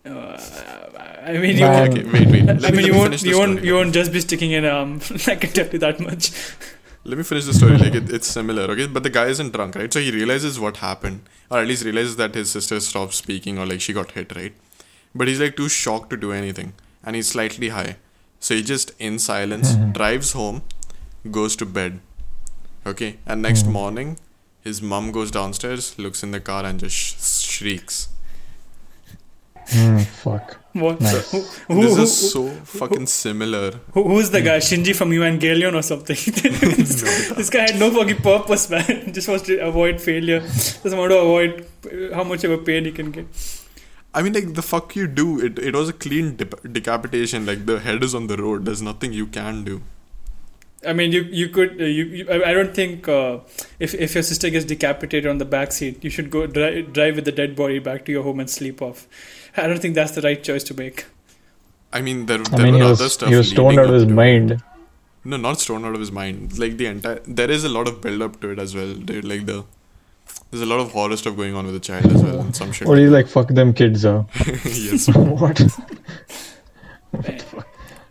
E: Uh, I mean, you.
F: Man.
E: Won't,
D: Okay, wait, wait. Let
E: I mean,
D: let
E: you
D: finish
E: won't.
D: the
E: You won't.
D: story.
E: You won't just be sticking um, an arm. I can tell you that much.
D: Let me finish the story. Like it, it's similar, okay? But the guy isn't drunk, right? So he realizes what happened, or at least realizes that his sister stopped speaking, or like she got hit, right? But he's like too shocked to do anything, and he's slightly high, so he just in silence drives home, goes to bed, okay? And next morning, his mom goes downstairs, looks in the car, and just sh- shrieks.
F: Hmm, fuck.
E: What?
F: Nice.
E: Who, who,
D: this
E: who,
D: is so fucking similar.
E: Who, who's the guy? Shinji from Evangelion or something? this, this guy had no fucking purpose, man. Just wants to avoid failure. Just want to avoid uh, how much of a pain he can get.
D: I mean, like the fuck you do. It it was a clean de- decapitation. Like the head is on the road. There's nothing you can do.
E: I mean, you you could uh, you, you I I don't think uh, if if your sister gets decapitated on the back seat, you should go dri- drive with the dead body back to your home and sleep off. I don't think that's the right choice to make.
D: I mean, there,
F: I
D: there
F: mean,
D: were
F: he
D: other
F: was
D: stuff.
F: he was stoned
D: leading
F: out of
D: up
F: his
D: to it.
F: mind.
D: No, not stoned out of his mind. Like the entire, there is a lot of build up to it as well, dude. Like the, there's a lot of horror stuff going on with the child as well and some shit.
F: Or he's like, fuck them kids, uh.
D: yes.
F: what?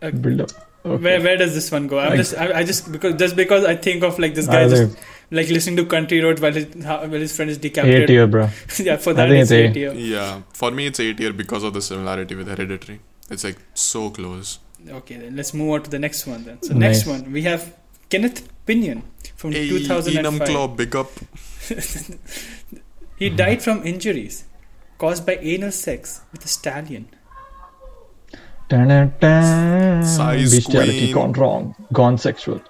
E: Eh,
F: Build up. Okay.
E: Where where does this one go? I'm just I, I just because just because I think of like this guy
F: I
E: just
F: think-
E: like listening to country road while his while his friend is
F: A
E: decapitated.
F: tier, bro.
E: yeah, for that
F: think
E: it's
F: it's A.
E: A tier.
D: Yeah. For me, it's eight year because of the similarity with Hereditary. It's like so close.
E: Okay, then let's move on to the next one then. So
F: Nice.
E: next one we have Kenneth Pinion from
D: Hey, Enum
E: 2005.
D: Claw, big up.
F: Mm-hmm.
E: He died from injuries caused by anal sex with a stallion.
F: Dun-dun-dun.
D: Size
F: Bestiality
D: queen.
F: gone wrong, gone sexual.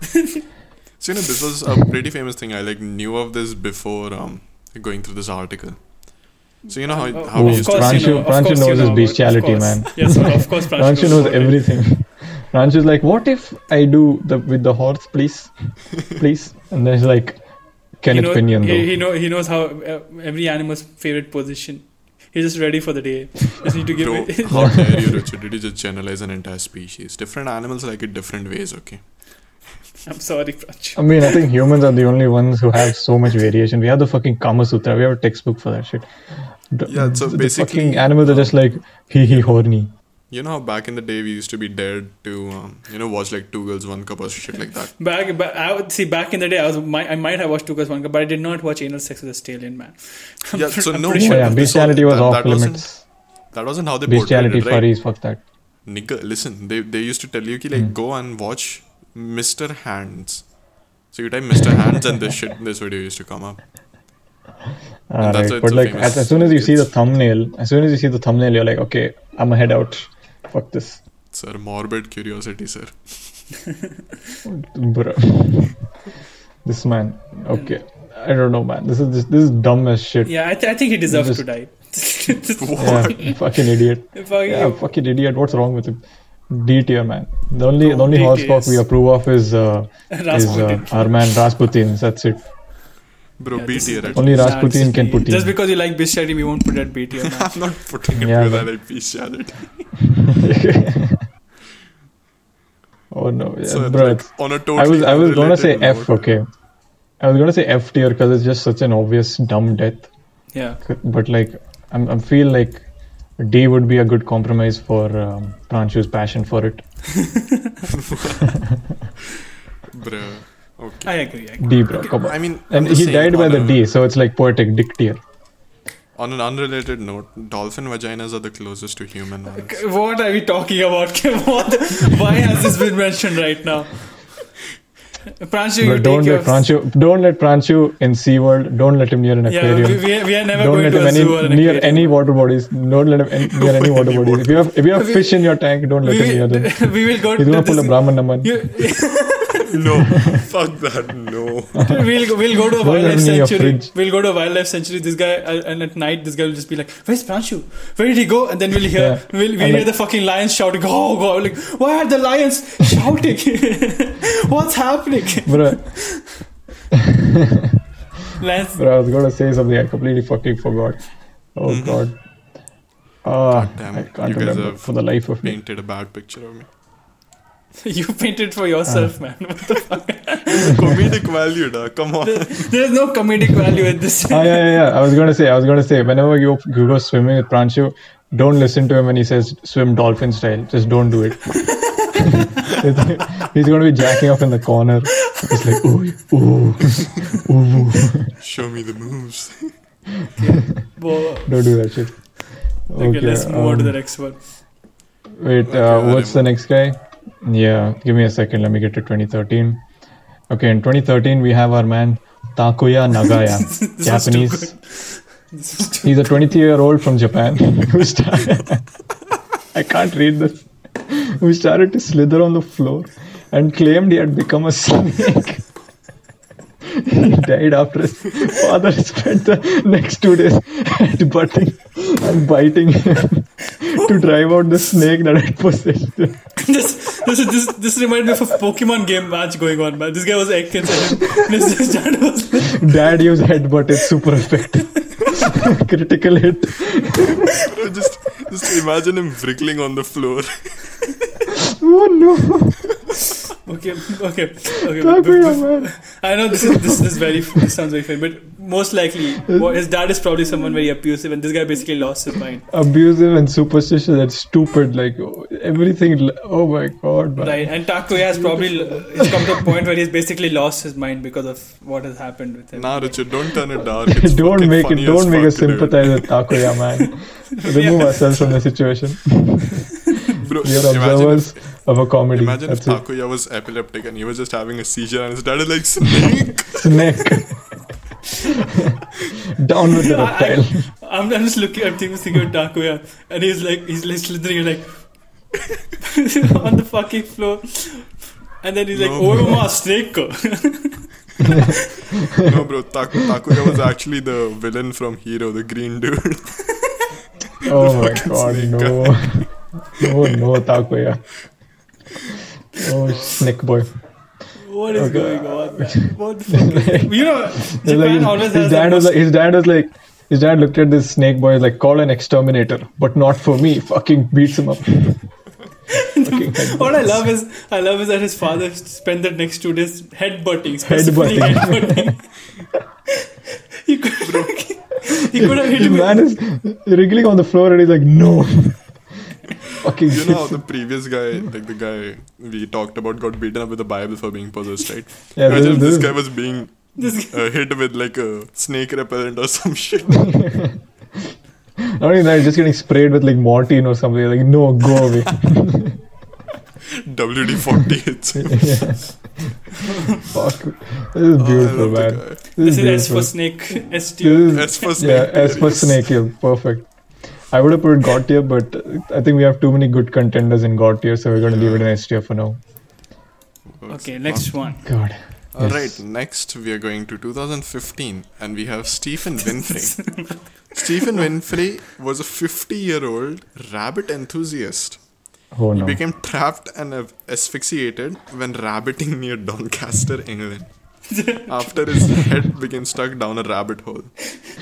D: So you know, this was a pretty famous thing. I like knew of this before um going through this article. So you know how how we
E: Oh,
F: Ooh,
E: of
D: used to
E: course
F: Pranshu-
E: you know. Of
F: Pranshu
E: course
F: knows
E: you know
F: his
E: about it, of
F: bestiality,
E: course.
F: man.
E: Yes, well, of course, Pranshu,
F: Ranchu knows
E: about it.
F: everything. Ranchu's like, what if I do the with the horse, please, please? And then he's like,
E: he
F: Kenneth
E: knows,
F: Pinion,
E: he,
F: though.
E: he know he knows how uh, every animal's favorite position. He's just ready for the day. Just need to give
D: Bro,
E: it.
D: how dare you, Richard? Did you just generalize an entire species? Different animals like it different ways, okay?
E: I'm sorry, Praj.
F: I mean, I think humans are the only ones who have so much variation. We have the fucking Kama Sutra. We have a textbook for that shit. D-
D: Yeah, so
F: the
D: basically- uh,
F: fucking animals are just like he he horny.
D: You know how back in the day we used to be dared to, um, you know, watch like Two Girls, One Cup or shit like that?
E: Back, back, I would see back in the day, I was mi- I might have watched Two Girls One Cup, but I did not watch Anal Sex with a Stallion Man. I'm
D: Yeah,
E: pre-
D: so
E: I'm
D: no
E: pretty sure.
D: one-
F: Oh, yeah,
D: So
F: bestiality was
D: that-
F: off
D: that wasn't-
F: limits.
D: That wasn't how they portrayed
F: Bestiality,
D: it, right?
F: furries, fuck that.
D: Nigga, listen, they, they used to tell you, ki,
F: Hmm.
D: like, go and watch Mr. Hands. So you type Mr. Hands and this shit, this video used to come up.
F: Ah,
D: that's why
F: right.
D: it's
F: But
D: so
F: like,
D: famous.
F: as, as soon as you see the
D: It's-
F: thumbnail, as soon as you see the thumbnail, you're like, okay, I'm a head out. Fuck this,
D: Sir, morbid curiosity, sir.
F: bro. this man, okay, I don't know, man. This is this, this is dumb as shit.
E: Yeah, I, th- I think he deserves
F: Just-
E: to die.
F: yeah fucking idiot.
E: If I-
F: Yeah, fucking idiot. What's wrong with him? D tier man. The only the
E: No,
F: only
E: D
F: horse
E: tier
F: cock we
E: is-
F: approve of is uh, is uh,
E: Rasputin.
F: our man Rasputin. That's it.
D: Bro,
E: Yeah,
D: B
E: this is
D: tier.
E: the-
D: at
F: Only
E: Yeah,
F: Rasputin
E: just
F: can
E: be-
F: put
E: Just
F: in.
E: because you like bestiality, we won't put that BT on that.
D: I'm not putting it
F: Yeah,
D: with
F: but-
D: LIP Sharad.
F: oh no, yeah,
D: So,
F: bro.
D: like,
F: it's-
D: on a totally
F: I was I was gonna say
D: unrelated
F: F.
D: note-
F: Okay, I was gonna say F tier because it's just such an obvious dumb death.
E: Yeah.
F: But like, I'm I feel like D would be a good compromise for um, Pranchu's passion for it.
D: Bro, okay.
E: I agree. I agree.
F: D bro, come on.
D: I mean, I'm
F: and
D: just
F: he
D: saying,
F: died by
D: on
F: the
D: a-
F: D, so it's like poetic dick tier.
D: On an unrelated note, dolphin vaginas are the closest to human ones.
E: What are we talking about? what? Why has this been mentioned right now? Pranchu, you
F: But don't
E: take your...
F: let Pranchu, don't let Pranchu in SeaWorld, don't let him near an
E: Yeah, we,
F: aquarium.
E: we, we are never
F: don't
E: going
F: let
E: to
F: him
E: a
F: any,
E: zoo or an
F: near
E: aquarium.
F: any water bodies. Don't let him en- near any water bodies. If you have if you have
E: We-
F: fish in your tank, don't let
E: We,
F: him near them.
E: will- we will go
F: He's
E: to
F: gonna pull a
E: this,
F: Brahman naman.
E: you,
D: no, fuck that, no.
E: we'll, we'll go to a
F: Don't let
E: wildlife
F: him near your
E: sanctuary.
F: fridge.
E: We'll go to a wildlife sanctuary. This guy, uh, and at night, this guy will just be like, "Where's Pranchu? Where did he go?" And then we'll hear,
F: Yeah.
E: we'll, we'll
F: And
E: hear
F: like-
E: the fucking lions shouting, "Oh God!" Like, why are the lions shouting? What's happening?
F: Bro,
E: Lions.
F: bro, I was gonna say something. I completely fucking forgot. Oh
E: Mm-hmm.
F: god. Ah,
D: damn
F: I
D: it.
F: can't
D: You guys
F: remember
D: have
F: for the life of me.
D: Painted a bad picture of me.
E: You painted for yourself,
F: Uh-huh.
E: man. What the fuck?
D: Comedic value, da. Come on.
E: There's no comedic value in this.
F: Ah, yeah, yeah, yeah. I was gonna say, I was gonna say, whenever you, you go swimming with Pranchu, don't listen to him when he says swim dolphin style. Just don't do it. He's gonna be jacking off in the corner. It's like, ooh, ooh, ooh,
D: Show me the moves.
E: Bo-
F: don't do that shit.
E: okay, let's move on to
F: um,
E: the next one.
F: Wait, uh,
D: Okay,
F: what's the next guy? Yeah, give me a second. Let me get to 2013. Okay, in 2013 we have our man Takuya Nagaya,
E: This was too
F: Japanese. He's a 23 year old from Japan who started. I can't read this. Who started to slither on the floor and claimed he had become a snake. he died after his father spent the next two days at butting and biting him to drive out the snake that had possessed him.
E: this this is this this reminded me of a Pokemon game match going on, man. This guy was acting and Mr. Chan was
F: Dad used headbutt, it's super effective. Critical hit.
D: Bro, just, just imagine him wriggling on the floor.
F: Oh no!
E: okay, okay, okay. but-
F: Takuya,
E: but-
F: man.
E: I know this is this is very this sounds very funny, but most likely what- his dad is probably someone very abusive, and this guy basically lost his mind.
F: abusive and superstitious and stupid. Like oh, everything. Oh my god, man.
E: Right, and Takuya has probably it's come to a point where he's basically lost his mind because of what has happened with him.
D: Nah, Richard, don't turn it dark. It's
F: don't
D: fucking
F: make it.
D: funny as
F: Don't make
D: fuck
F: us
D: to do it.
F: sympathize with Takuya, man. Remove ourselves from the situation.
D: Bro,
F: We are
D: imagine if,
F: observers of a comedy.
D: imagine if
F: That's it.
D: Takuya was epileptic and he was just having a seizure and his dad is like, snake!
F: Snake. Down with the reptile.
E: I'm, I'm just looking. I'm thinking, thinking of Takuya, and he's like, he's like slithering like on the fucking floor, and then he's like,
D: No,
E: "Oh
D: bro.
E: my snake!"
D: no, bro, Tak- Takuya was actually the villain from Hero, the green dude.
F: Oh my god,
D: snake.
F: no. no, no, Takuya. Oh, snake boy.
E: What is going on? man? What the fuck? is- you know,
F: It's like
E: Japan
F: his,
E: always
F: his
E: has
F: dad
E: the
F: was
E: most-
F: like, his dad was like his dad looked at this snake boy like call an exterminator but not for me fucking beats him up fucking
E: What I love is I love is that his father spent the next two days headbutting, specifically
F: Headbutting.
E: headbutting. he could he could have hit
F: his
E: him.
F: man is wriggling on the floor and he's like no fucking
D: You know how the previous guy, like the guy we talked about, got beaten up with a Bible for being possessed, right?
F: Yeah,
D: Imagine if
F: this-
D: this
F: this-
D: guy was being
E: This
D: uh, hit with like a snake repellent or some shit.
F: not only that he's just getting sprayed with like morphine or something like no go away
D: WD 40 hits. him.
F: fuck this is
D: I love
F: beautiful
D: the
F: man
D: guy.
E: this is S
F: beautiful.
E: for snake. S
F: This
E: tier.
F: is-
D: As for snake.
F: Yeah, as per
D: theories.
F: Snake Hill, perfect. I would have put God tier, but uh, I think we have too many good contenders in God tier, so we're gonna leave it in S tier for now.
D: Oh,
E: Okay, next one.
F: God.
D: All right,
F: Yes.
D: next we are going to 2015 and we have Stephen Winfrey. Stephen Winfrey was a 50 year old rabbit enthusiast.
F: Oh
D: He
F: no.
D: became trapped and af- asphyxiated when rabbiting near Doncaster, England. After his head became stuck down a rabbit hole.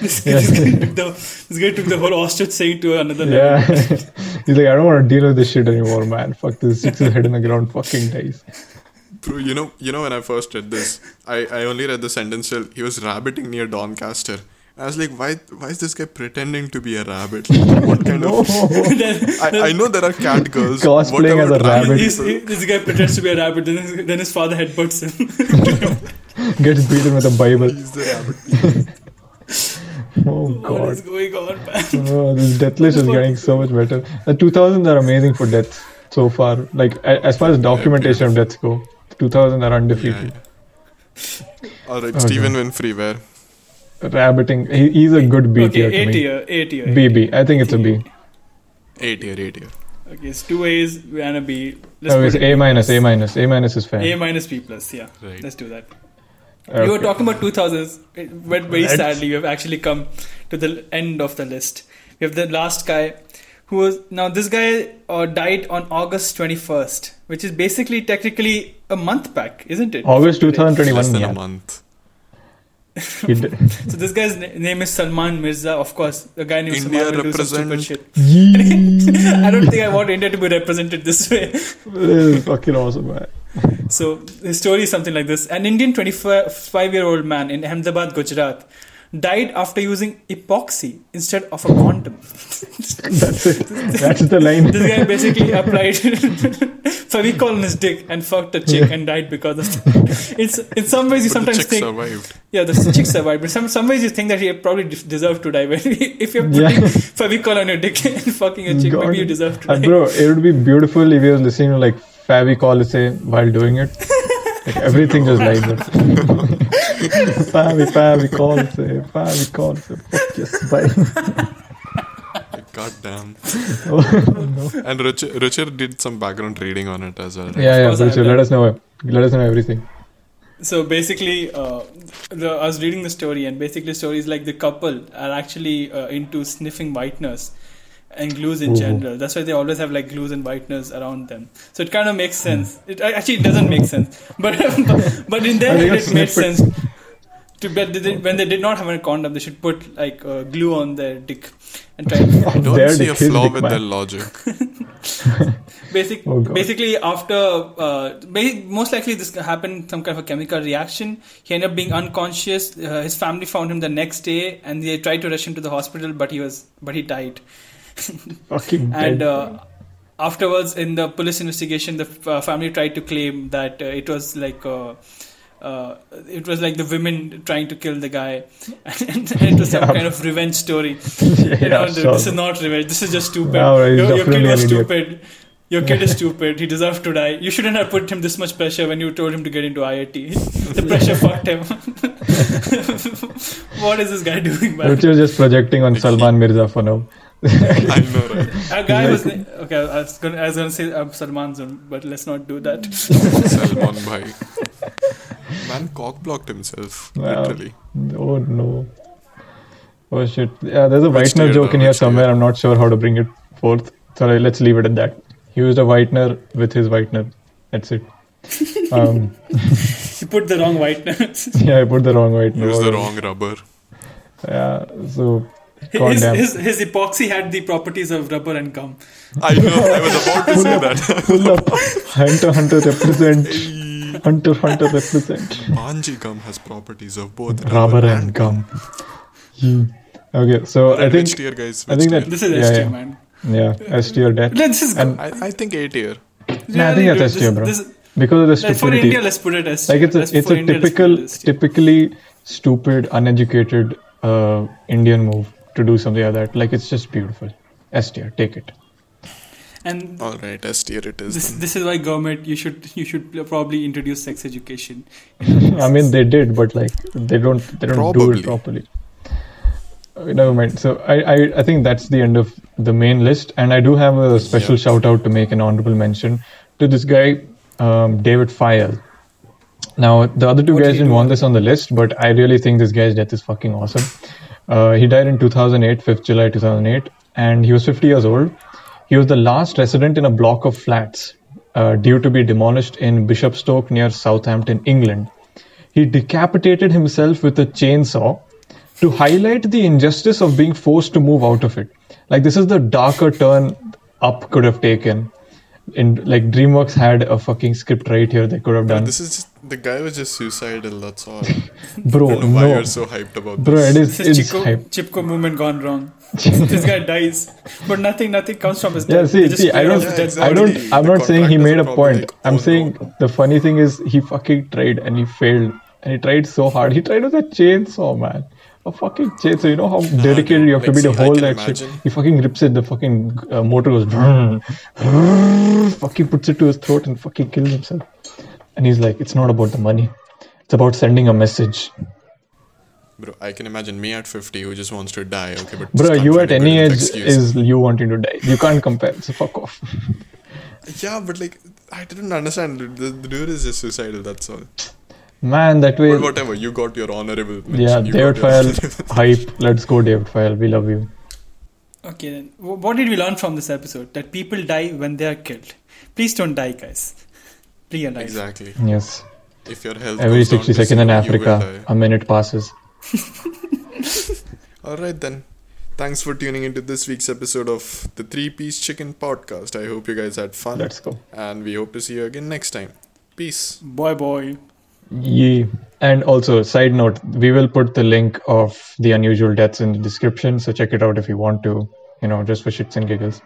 E: This guy, this guy took the this guy took the whole ostrich saying to another
F: Yeah. He's like, I don't want to deal with this shit anymore, man. Fuck this. Sticks his head in the ground, fucking dies.
D: Bro, you know, you know when I first read this, I, I only read the sentence till he was rabbiting near Doncaster. I was like, why why is this guy pretending to be a rabbit? What kind of
F: Oh,
D: I, I know there are cat girls.
F: Cosplaying
D: whatever
F: as a
D: rabbit
F: rabbit.
E: He's,
D: people-
E: he, this guy pretends to be a rabbit, then his, then his father headbutts him.
F: gets beaten with a Bible.
D: He's the rabbit.
F: Oh
E: what is
F: god.
E: going on, man?
F: Oh, this death list is getting so much better. The 2000s are amazing for deaths so far. Like, a- as far as documentation of deaths go, 2000 are
D: Yeah,
F: undefeated.
D: yeah. All right, Stephen Winfrey, where?
F: Rabbiting. He, he's a good B
E: Okay,
F: tier to
E: A
F: me.
E: tier, A tier.
F: B B. I think it's a B.
D: Eight year, eight year.
E: Okay, it's two A's and a B. Let's
F: Oh,
E: put
F: it's
E: it
F: A minus. A minus. A minus is fair.
E: A minus B plus. Yeah,
D: Right.
E: let's do that.
F: Okay.
E: You were talking about 2000s, but very
F: Let's-
E: sadly, we have actually come to the end of the list. We have the last guy who was now this guy uh, died on August 21st, which is basically technically a month back, isn't it?
F: August
D: Less
F: 2021.
D: than
F: Yeah.
D: a month.
F: He did-
E: So this guy's na- name is Salman Mirza, of course. The guy named
D: India
E: Salman will do some stupid
D: represent-
E: shit.
F: Yee.
E: I don't think I want India to be represented this way.
F: This is fucking awesome, man.
E: So the story is something like this: An Indian 25-year-old man in Ahmedabad, Gujarat, died after using epoxy instead of a condom.
F: That's it. That's the line.
E: this guy basically applied favicol on his dick and fucked a chick and died because of that. It's in some ways you
D: But
E: sometimes
D: the chick
E: think
D: survived.
E: yeah the chick survived, but some some ways you think that he probably de- deserved to die. But if you're putting
F: Yeah.
E: favicol on your dick and fucking a chick,
F: God.
E: maybe you deserve to die.
F: And bro, it would be beautiful if he was listening to like Fabi call say while doing it. Like everything just like that. Fabi, Fabi call say, Fabi call say, fuck yes, bye.
D: Like, God damn. And Richard, Richard did some background reading on it as well. Right?
F: Yeah, yeah,
E: course I've
F: Richard, let
E: done.
F: us know. Let us know everything.
E: So basically, uh, the, I was reading the story, and basically, stories like the couple are actually uh, into sniffing whiteners and glues in
F: Ooh.
E: general. That's why they always have like glues and whiteners around them. So it kind of makes sense. It uh, actually it doesn't make sense, but but in their
F: Hmm.
E: head
F: I think it's
E: it made
F: sniff it.
E: sense. To, but they, did- when they did not have a condom, they should put like uh, glue on their dick and try. To,
D: I don't
F: Their
D: see
F: dick,
D: a
F: his
D: flaw
F: dick,
D: with
F: man.
D: their logic.
E: Basic,
F: Oh, God.
E: basically, after uh, may- most likely this happened some kind of a chemical reaction. He ended up being unconscious. Uh, his family found him the next day, and they tried to rush him to the hospital, but he was but he died.
F: Fucking
E: And
F: dead.
E: uh, afterwards, in the police investigation, the uh, family tried to claim that uh, it was like. Uh, uh, it was like the women trying to kill the guy, and, it was some
F: Yeah.
E: kind of revenge story. uh, You know,
F: yeah,
E: th-
F: sure.
E: this is not revenge. This is just stupid.
F: No, he's
E: your, your kid
F: definitely
E: was
F: an idiot.
E: stupid. Your kid is stupid. He deserved to die. You shouldn't have put him this much pressure when you told him to get into IIT. The pressure fucked him. what is this guy doing, man?
F: Richard just projecting on Salman Mirza for now.
D: I know, right?
E: A guy was na- okay. I was gonna, I was gonna say um, Salman's own, but let's not do that.
D: Salman Bhai. Man cock blocked himself,
F: Wow.
D: literally.
F: Oh no. Oh shit. Yeah, there's a whitener
D: tier,
F: joke
D: though?
F: in here
D: Which tier?
F: somewhere. I'm not sure how to bring it forth. Sorry, let's leave it at that. He used a whitener with his whitener. That's it. Um,
E: put the wrong whiteness.
F: Yeah, I put the wrong white
D: Use the
F: note.
D: wrong rubber.
F: Yeah, so
E: his,
F: goddamn.
E: his, his epoxy had the properties of rubber and gum.
D: I know. I was about to say that.
F: Pull up. Hunter Hunter represent. Hunter Hunter represent.
D: Bungee gum has properties of both
F: Rubber and gum. You- Okay, so I
D: Alright,
F: think
D: which tier, guys?
F: I
D: Which
F: think
D: tier?
F: that-
E: This is
F: Yeah,
E: S tier,
F: yeah.
E: man.
F: yeah, S tier death.
E: Let's just
F: And-
E: go.
D: I, I think A tier.
F: Nah, I think that's
E: dude,
F: S tier,
E: this-
F: bro.
E: this-
F: Because of the
E: like, for India,
F: stupidity.
E: let's put it as
F: Like it's a
E: let's-
F: it's
E: for
F: a
E: India, let's put it
F: typical
E: as tier.
F: typically stupid uneducated uh, Indian move to do something like that. Like it's just beautiful. S tier, take it.
E: And
D: All right, S tier it is.
E: this
D: then.
E: this is why government you should you should probably introduce sex education.
F: I mean, they did, but like they don't they don't do
D: Probably.
F: it properly. Uh, Never mind. So I, I I think that's the end of the main list, and I do have a special shout out to make an honorable mention to this guy, um, David Fayal. Now the other two guys didn't want this on the list, but I really think this guy's death is fucking awesome. Uh, he died in 2008, 5th July 2008, and he was 50 years old. He was the last resident in a block of flats uh, due to be demolished in Bishopstoke near Southampton, England he decapitated himself with a chainsaw to highlight the injustice of being forced to move out of it. Like this is the darker turn up could have taken. And like DreamWorks had a fucking script right here they could have done.
D: This is just, the guy was just suicidal. That's all. I
F: Bro,
D: don't know why
F: no,
D: you're so hyped about
F: bro,
D: this.
F: it is
E: This is
F: it's
E: Chico
F: hype.
E: Chipko movement gone wrong. this guy dies, but nothing nothing comes from his death.
F: Yeah,
E: They
F: see,
E: just
F: see,
E: play
F: I don't,
E: off his
D: Yeah,
E: death
D: exactly.
F: I don't, I'm
D: The
F: not saying he
D: contractors
F: made a
D: are probably
F: point.
D: like,
F: I'm
D: "Oh,
F: saying the funny thing is he fucking tried and he failed and he tried so hard. He tried with a chainsaw, man, a fucking chainsaw. You know how dedicated you have to be
D: like,
F: to
D: see, I
F: hold
D: can
F: that shit.
D: imagine.
F: He fucking rips it. The fucking uh, motor goes, vroom, vroom, fucking puts it to his throat and fucking kills himself. And he's like, it's not about the money. It's about sending a message.
D: Bro, I can imagine me at 50 who just wants to die. Okay, but
F: Bro,
D: just
F: you
D: can't
F: at
D: find a
F: any
D: good enough
F: age
D: excuse.
F: is you wanting to die. You can't compare. So fuck off.
D: Yeah, but like, I didn't understand. The, the dude is just suicidal. That's all.
F: Man, that way.
D: But whatever, you got your honorable mention.
F: Yeah,
D: you
F: David
D: got your-
F: File hype. Let's go, David File. We love you.
E: Okay, then Wh- what did we learn from this episode? That people die when they are killed. Please don't die, guys. Be alive.
D: exactly.
F: Yes.
D: If your health
F: Every
D: goes down
F: 60
D: to
F: seconds
D: zero,
F: in
D: you uh, will
F: Africa,
D: die.
F: a minute passes.
D: All right then. Thanks for tuning into this week's episode of the Three Piece Chicken Podcast. I hope you guys had fun.
F: Let's go.
D: And we hope to see you again next time. Peace.
E: Boy, boy.
F: Yeah. And also, side note, we will put the link of the unusual deaths in the description. So check it out if you want to, you know, just for shits and giggles.